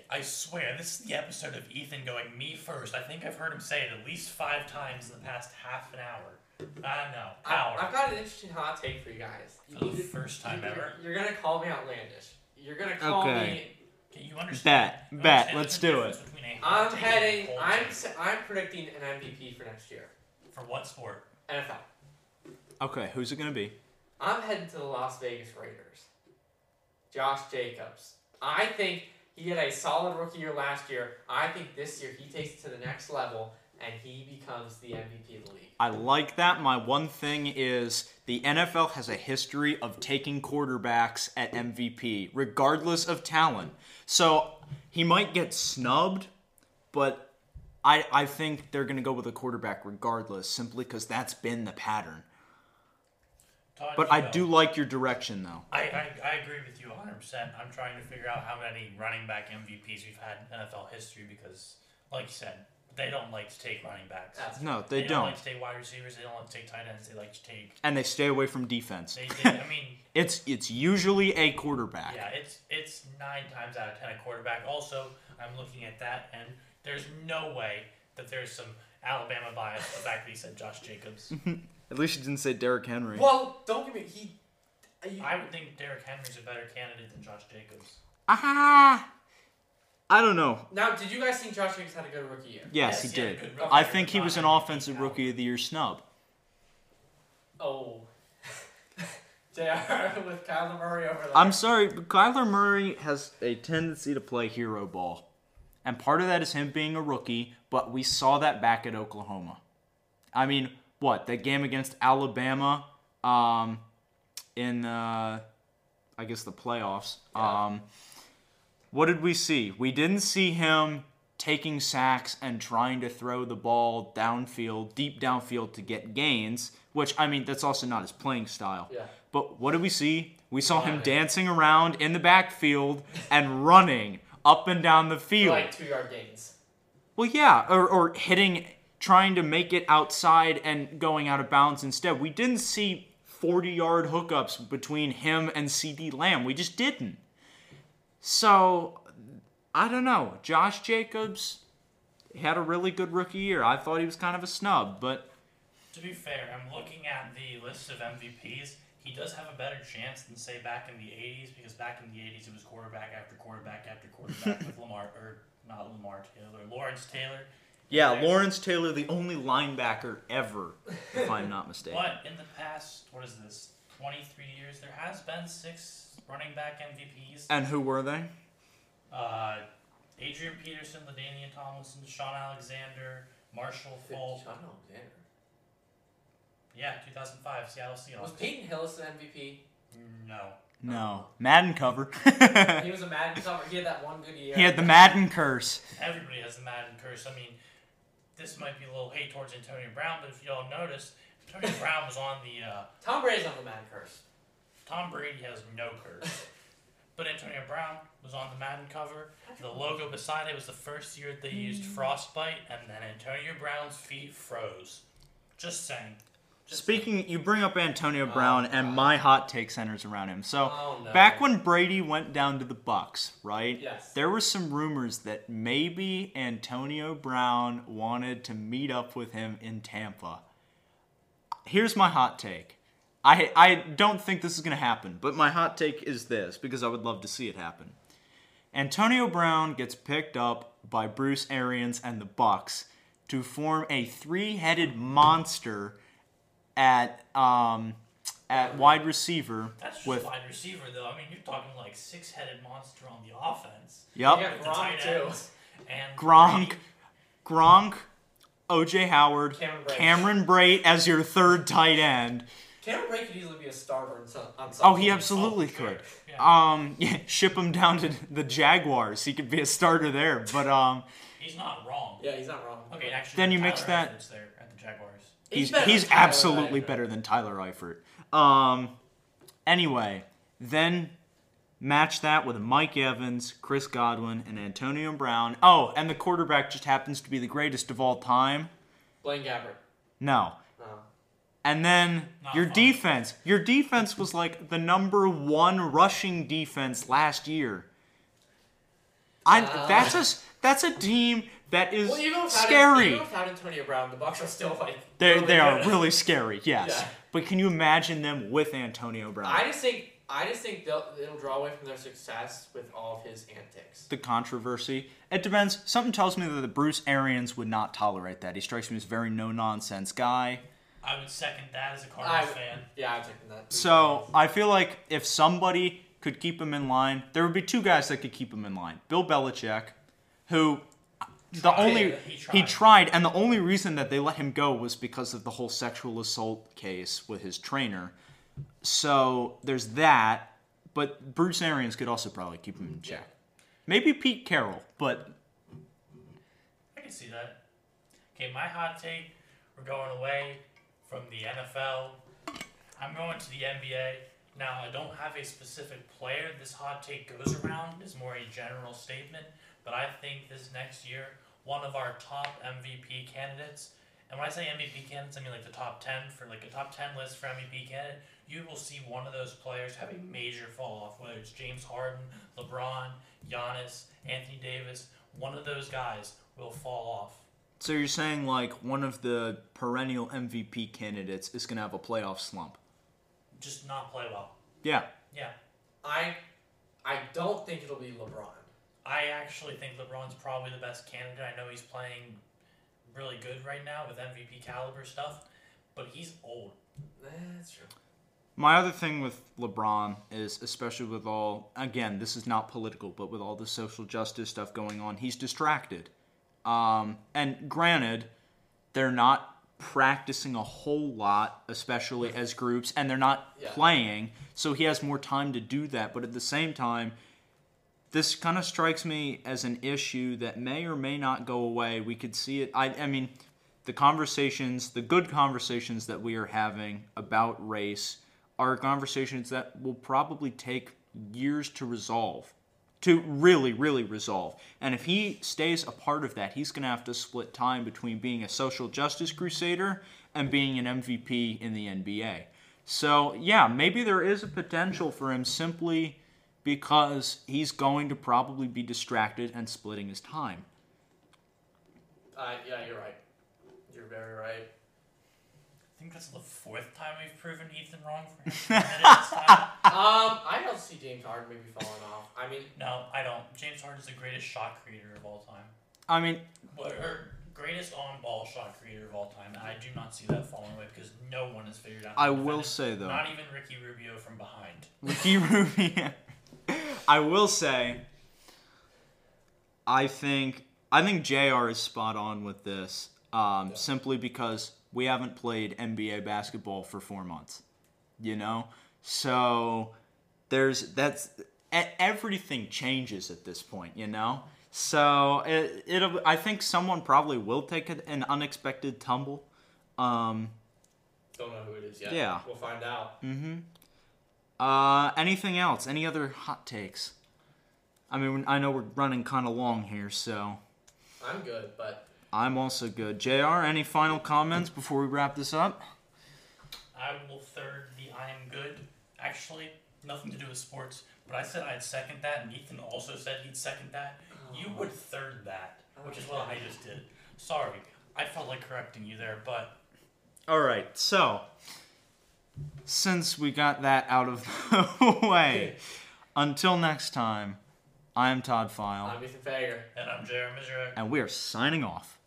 C: I swear, this is the episode of Ethan going me first. I think I've heard him say it at least five times in the past half an hour. I don't know,
B: I,
C: hour.
B: I've got an interesting hot take for you guys.
C: for the first time
B: you're,
C: ever.
B: You're gonna call me outlandish. You're gonna call me.
A: Okay.
C: Can you understand?
A: Bet,
C: you
A: bet.
C: understand
A: Let's
C: the
A: do
C: difference
A: it.
C: between a
B: I'm
C: hot take and a
B: heading.
C: cold
B: I'm
C: take?
B: s- I'm predicting an MVP for next year.
C: for what sport?
B: NFL.
A: Okay, who's it gonna be?
B: I'm heading to the Las Vegas Raiders. Josh Jacobs. I think he had a solid rookie year last year. I think this year he takes it to the next level and he becomes the MVP of the league.
A: I like that. My one thing is the NFL has a history of taking quarterbacks at MVP, regardless of talent. So he might get snubbed, but I, I think they're going to go with a quarterback regardless, simply because that's been the pattern.
C: Todd,
A: But
C: you
A: I
C: know,
A: do like your direction, though.
C: I, I, I agree with you 100%. I'm trying to figure out how many running back MVPs we've had in NFL history because, like you said, they don't like to take running backs.
B: That's
A: No, they
C: don't
A: don't.
C: like to take wide receivers. They don't like to take tight ends. They like to take
A: And they stay away from defense.
C: They did. I mean,
A: It's it's usually a quarterback.
C: yeah, it's it's nine times out of ten a quarterback. Also, I'm looking at that, and there's no way that there's some Alabama bias. in The fact that he said Josh Jacobs,
A: At least you didn't say Derrick Henry.
B: Well, don't give me he. uh, you-
C: I would think Derrick Henry's a better candidate than Josh Jacobs.
A: Ah, I don't know.
B: now, did you guys think Josh Jacobs had a good rookie year?
A: Yes,
C: Yes,
A: he
C: he had a
A: did.
C: good rookie
A: I
C: year,
A: think he
C: but
A: was an
C: not an
A: offensive
C: MVP
A: rookie of the year snub.
B: Oh. JR with Kyler Murray over there.
A: I'm sorry, but Kyler Murray has a tendency to play hero ball. And part of that is him being a rookie, but we saw that back at Oklahoma. I mean, what? That game against Alabama um, in, uh, I guess, the playoffs. Um, what did we see? We didn't see him taking sacks and trying to throw the ball downfield, deep downfield to get gains, which, I mean, that's also not his playing style.
B: Yeah.
A: But what did we see? We saw him
B: Running.
A: dancing around in the backfield and running up and down the field.
B: like two yard gains.
A: Well, yeah, or, or hitting, trying to make it outside and going out of bounds instead. We didn't see 40 yard hookups between him and CD Lamb. We just didn't. So, I don't know. Josh Jacobs had a really good rookie year. I thought he was kind of a snub, but
C: To be fair, I'm looking at the list of MVPs. He does have a better chance than say back in the '80s because back in the '80s it was quarterback after quarterback after quarterback with Lamar or not Lamar Taylor, Lawrence Taylor.
A: yeah, Lawrence Taylor, the only linebacker ever, if I'm not mistaken.
C: But in the past, what is this? 23 years, there has been six running back MVPs.
A: And who were they?
C: Uh, Adrian Peterson, Ladainian Tomlinson, Sean Alexander, Marshall
B: Fifth,
C: Fultz.
B: Sean Alexander.
C: Yeah, 2005 Seattle
B: Was
C: Seahawks.
B: Peyton Hillis an MVP?
C: No.
A: No, Madden cover.
B: He was a Madden cover. He had that one good year.
A: he had the Madden curse.
C: Everybody has the Madden curse. I mean, this might be a little hate towards Antonio Brown, but if y'all noticed, Antonio Brown was on the. Uh,
B: Tom Brady's on the Madden curse.
C: Tom Brady has no curse. But Antonio Brown was on the Madden cover. The logo beside it was the first year they used Frostbite, and then Antonio Brown's feet froze. Just saying. Just
A: Speaking, you bring up Antonio Brown, and my hot take centers around him. So,
B: Oh, no.
A: back when Brady went down to the Bucks, right?
B: Yes.
A: There were some rumors that maybe Antonio Brown wanted to meet up with him in Tampa. Here's my hot take. I I don't think this is going to happen, but my hot take is this because I would love to see it happen. Antonio Brown gets picked up by Bruce Arians and the Bucks to form a three-headed monster at um, at wide receiver
C: That's just
A: with
C: wide receiver, though. I mean, you're talking like six-headed monster on the offense.
A: yep
B: Yeah,
C: The
B: Gronk,
C: tight
B: too.
C: ends, And
A: Gronk, Gronk, OJ Howard,
B: Cameron Brate.
A: Cameron Brate as your third tight end.
B: Cameron Bray could easily be a starter on some. On some
A: Oh, he
B: team.
A: absolutely
C: sure.
A: could.
C: Yeah.
A: Um, yeah, ship him down to the Jaguars. He could be a starter there. But um,
C: He's not wrong.
B: Yeah, he's not wrong.
C: Okay, actually.
A: Then you
C: Tyler
A: mix that-
C: Eifert is there at the Jaguars.
A: he's
B: better
A: he's
B: than Tyler
A: absolutely
B: Eifert.
A: better than Tyler Eifert. Um, anyway, then match that with Mike Evans, Chris Godwin, and Antonio Brown. Oh, and the quarterback just happens to be the greatest of all time.
B: Blaine Gabbert.
A: No,
B: No.
A: And then
C: Not
A: your
C: fun.
A: defense. Your defense was like the number one rushing defense last year. I
B: Ah.
A: that's a s- that's a team that is
B: Well, even without,
A: scary.
B: Even without Antonio Brown, the Bucks are still like.
A: They
B: really
A: they are
B: good.
A: really scary. Yes.
B: Yeah.
A: But can you imagine them with Antonio Brown?
B: I just think I just think they'll it'll draw away from their success with all of his antics.
A: the controversy. It depends. Something tells me that the Bruce Arians would not tolerate that. He strikes me as a very no nonsense guy.
C: I would second that as a
B: I,
C: Cardinals fan.
B: yeah, I'm taking that.
A: So I feel like if somebody could keep him in line, there would be two guys that could keep him in line. Bill Belichick, who the only
C: He
A: he
C: tried.
A: tried. and the only reason that they let him go was because of the whole sexual assault case with his trainer. So there's that, but Bruce Arians could also probably keep him in check. Maybe Pete Carroll, but
C: I can see that. Okay, my hot take we're going away from the NFL. I'm going to the NBA. Now, I don't have a specific player this hot take goes around, it's more a general statement, but I think this next year, one of our top MVP candidates, and when I say MVP candidates, I mean like the top 10 for like a top 10 list for MVP candidate, you will see one of those players have a major fall off, whether it's James Harden, LeBron, Giannis, Anthony Davis, one of those guys will fall off.
A: so you're saying like one of the perennial MVP candidates is going to have a playoff slump.
C: Just not play well.
A: Yeah.
C: Yeah.
B: I I don't think it'll be LeBron.
C: I actually think LeBron's probably the best candidate. I know he's playing really good right now with MVP caliber stuff, but he's old.
B: That's true.
A: My other thing with LeBron is, especially with all, again, this is not political, but with all the social justice stuff going on, he's distracted. Um, and granted, they're not practicing a whole lot, especially as groups, and they're not
B: Yeah.
A: playing, so he has more time to do that. But at the same time, this kind of strikes me as an issue that may or may not go away. We could see it. I, I mean, the conversations, the good conversations that we are having about race are conversations that will probably take years to resolve, to really, really resolve. And if he stays a part of that, he's going to have to split time between being a social justice crusader and being an MVP in the NBA. So, yeah, maybe there is a potential for him simply because he's going to probably be distracted and splitting his time.
B: Uh, yeah, you're right. You're very right.
C: I think that's the fourth time we've proven Ethan wrong for him. This time.
B: um, I don't see James Harden maybe falling off. I mean,
C: No, I don't. James Harden's the greatest shot creator of all time.
A: I mean,
C: Or, or greatest on-ball shot creator of all time. I do not see that falling away because no one has figured out. how
A: I
C: to
A: will
C: defend it.
A: say though,
C: Not even Ricky Rubio from behind.
A: Ricky Rubio. I will say, I think I think Jr. is spot on with this, um, simply because we haven't played NBA basketball for four months, you know. So there's that's e- everything changes at this point, you know. So it, it'll. I think someone probably will take an- an unexpected tumble. Um,
B: Don't know who it is yet.
A: Yeah. Mm.
B: We'll find out.
A: Uh, anything else? Any other hot takes? I mean, I know we're running kind of long here, so
B: I'm good, but
A: I'm also good. JR, any final comments before we wrap this up?
C: I will third the I am good. Actually, nothing to do with sports, but I said I'd second that, and Ethan also said he'd second that. You would third that, which is what I just did. Sorry, I felt like correcting you there, but
A: All right, so since we got that out of the way, until next time, I am Todd File,
B: I'm Ethan Fager.
C: and I'm Jeremy Mizrak.
A: and we are signing off.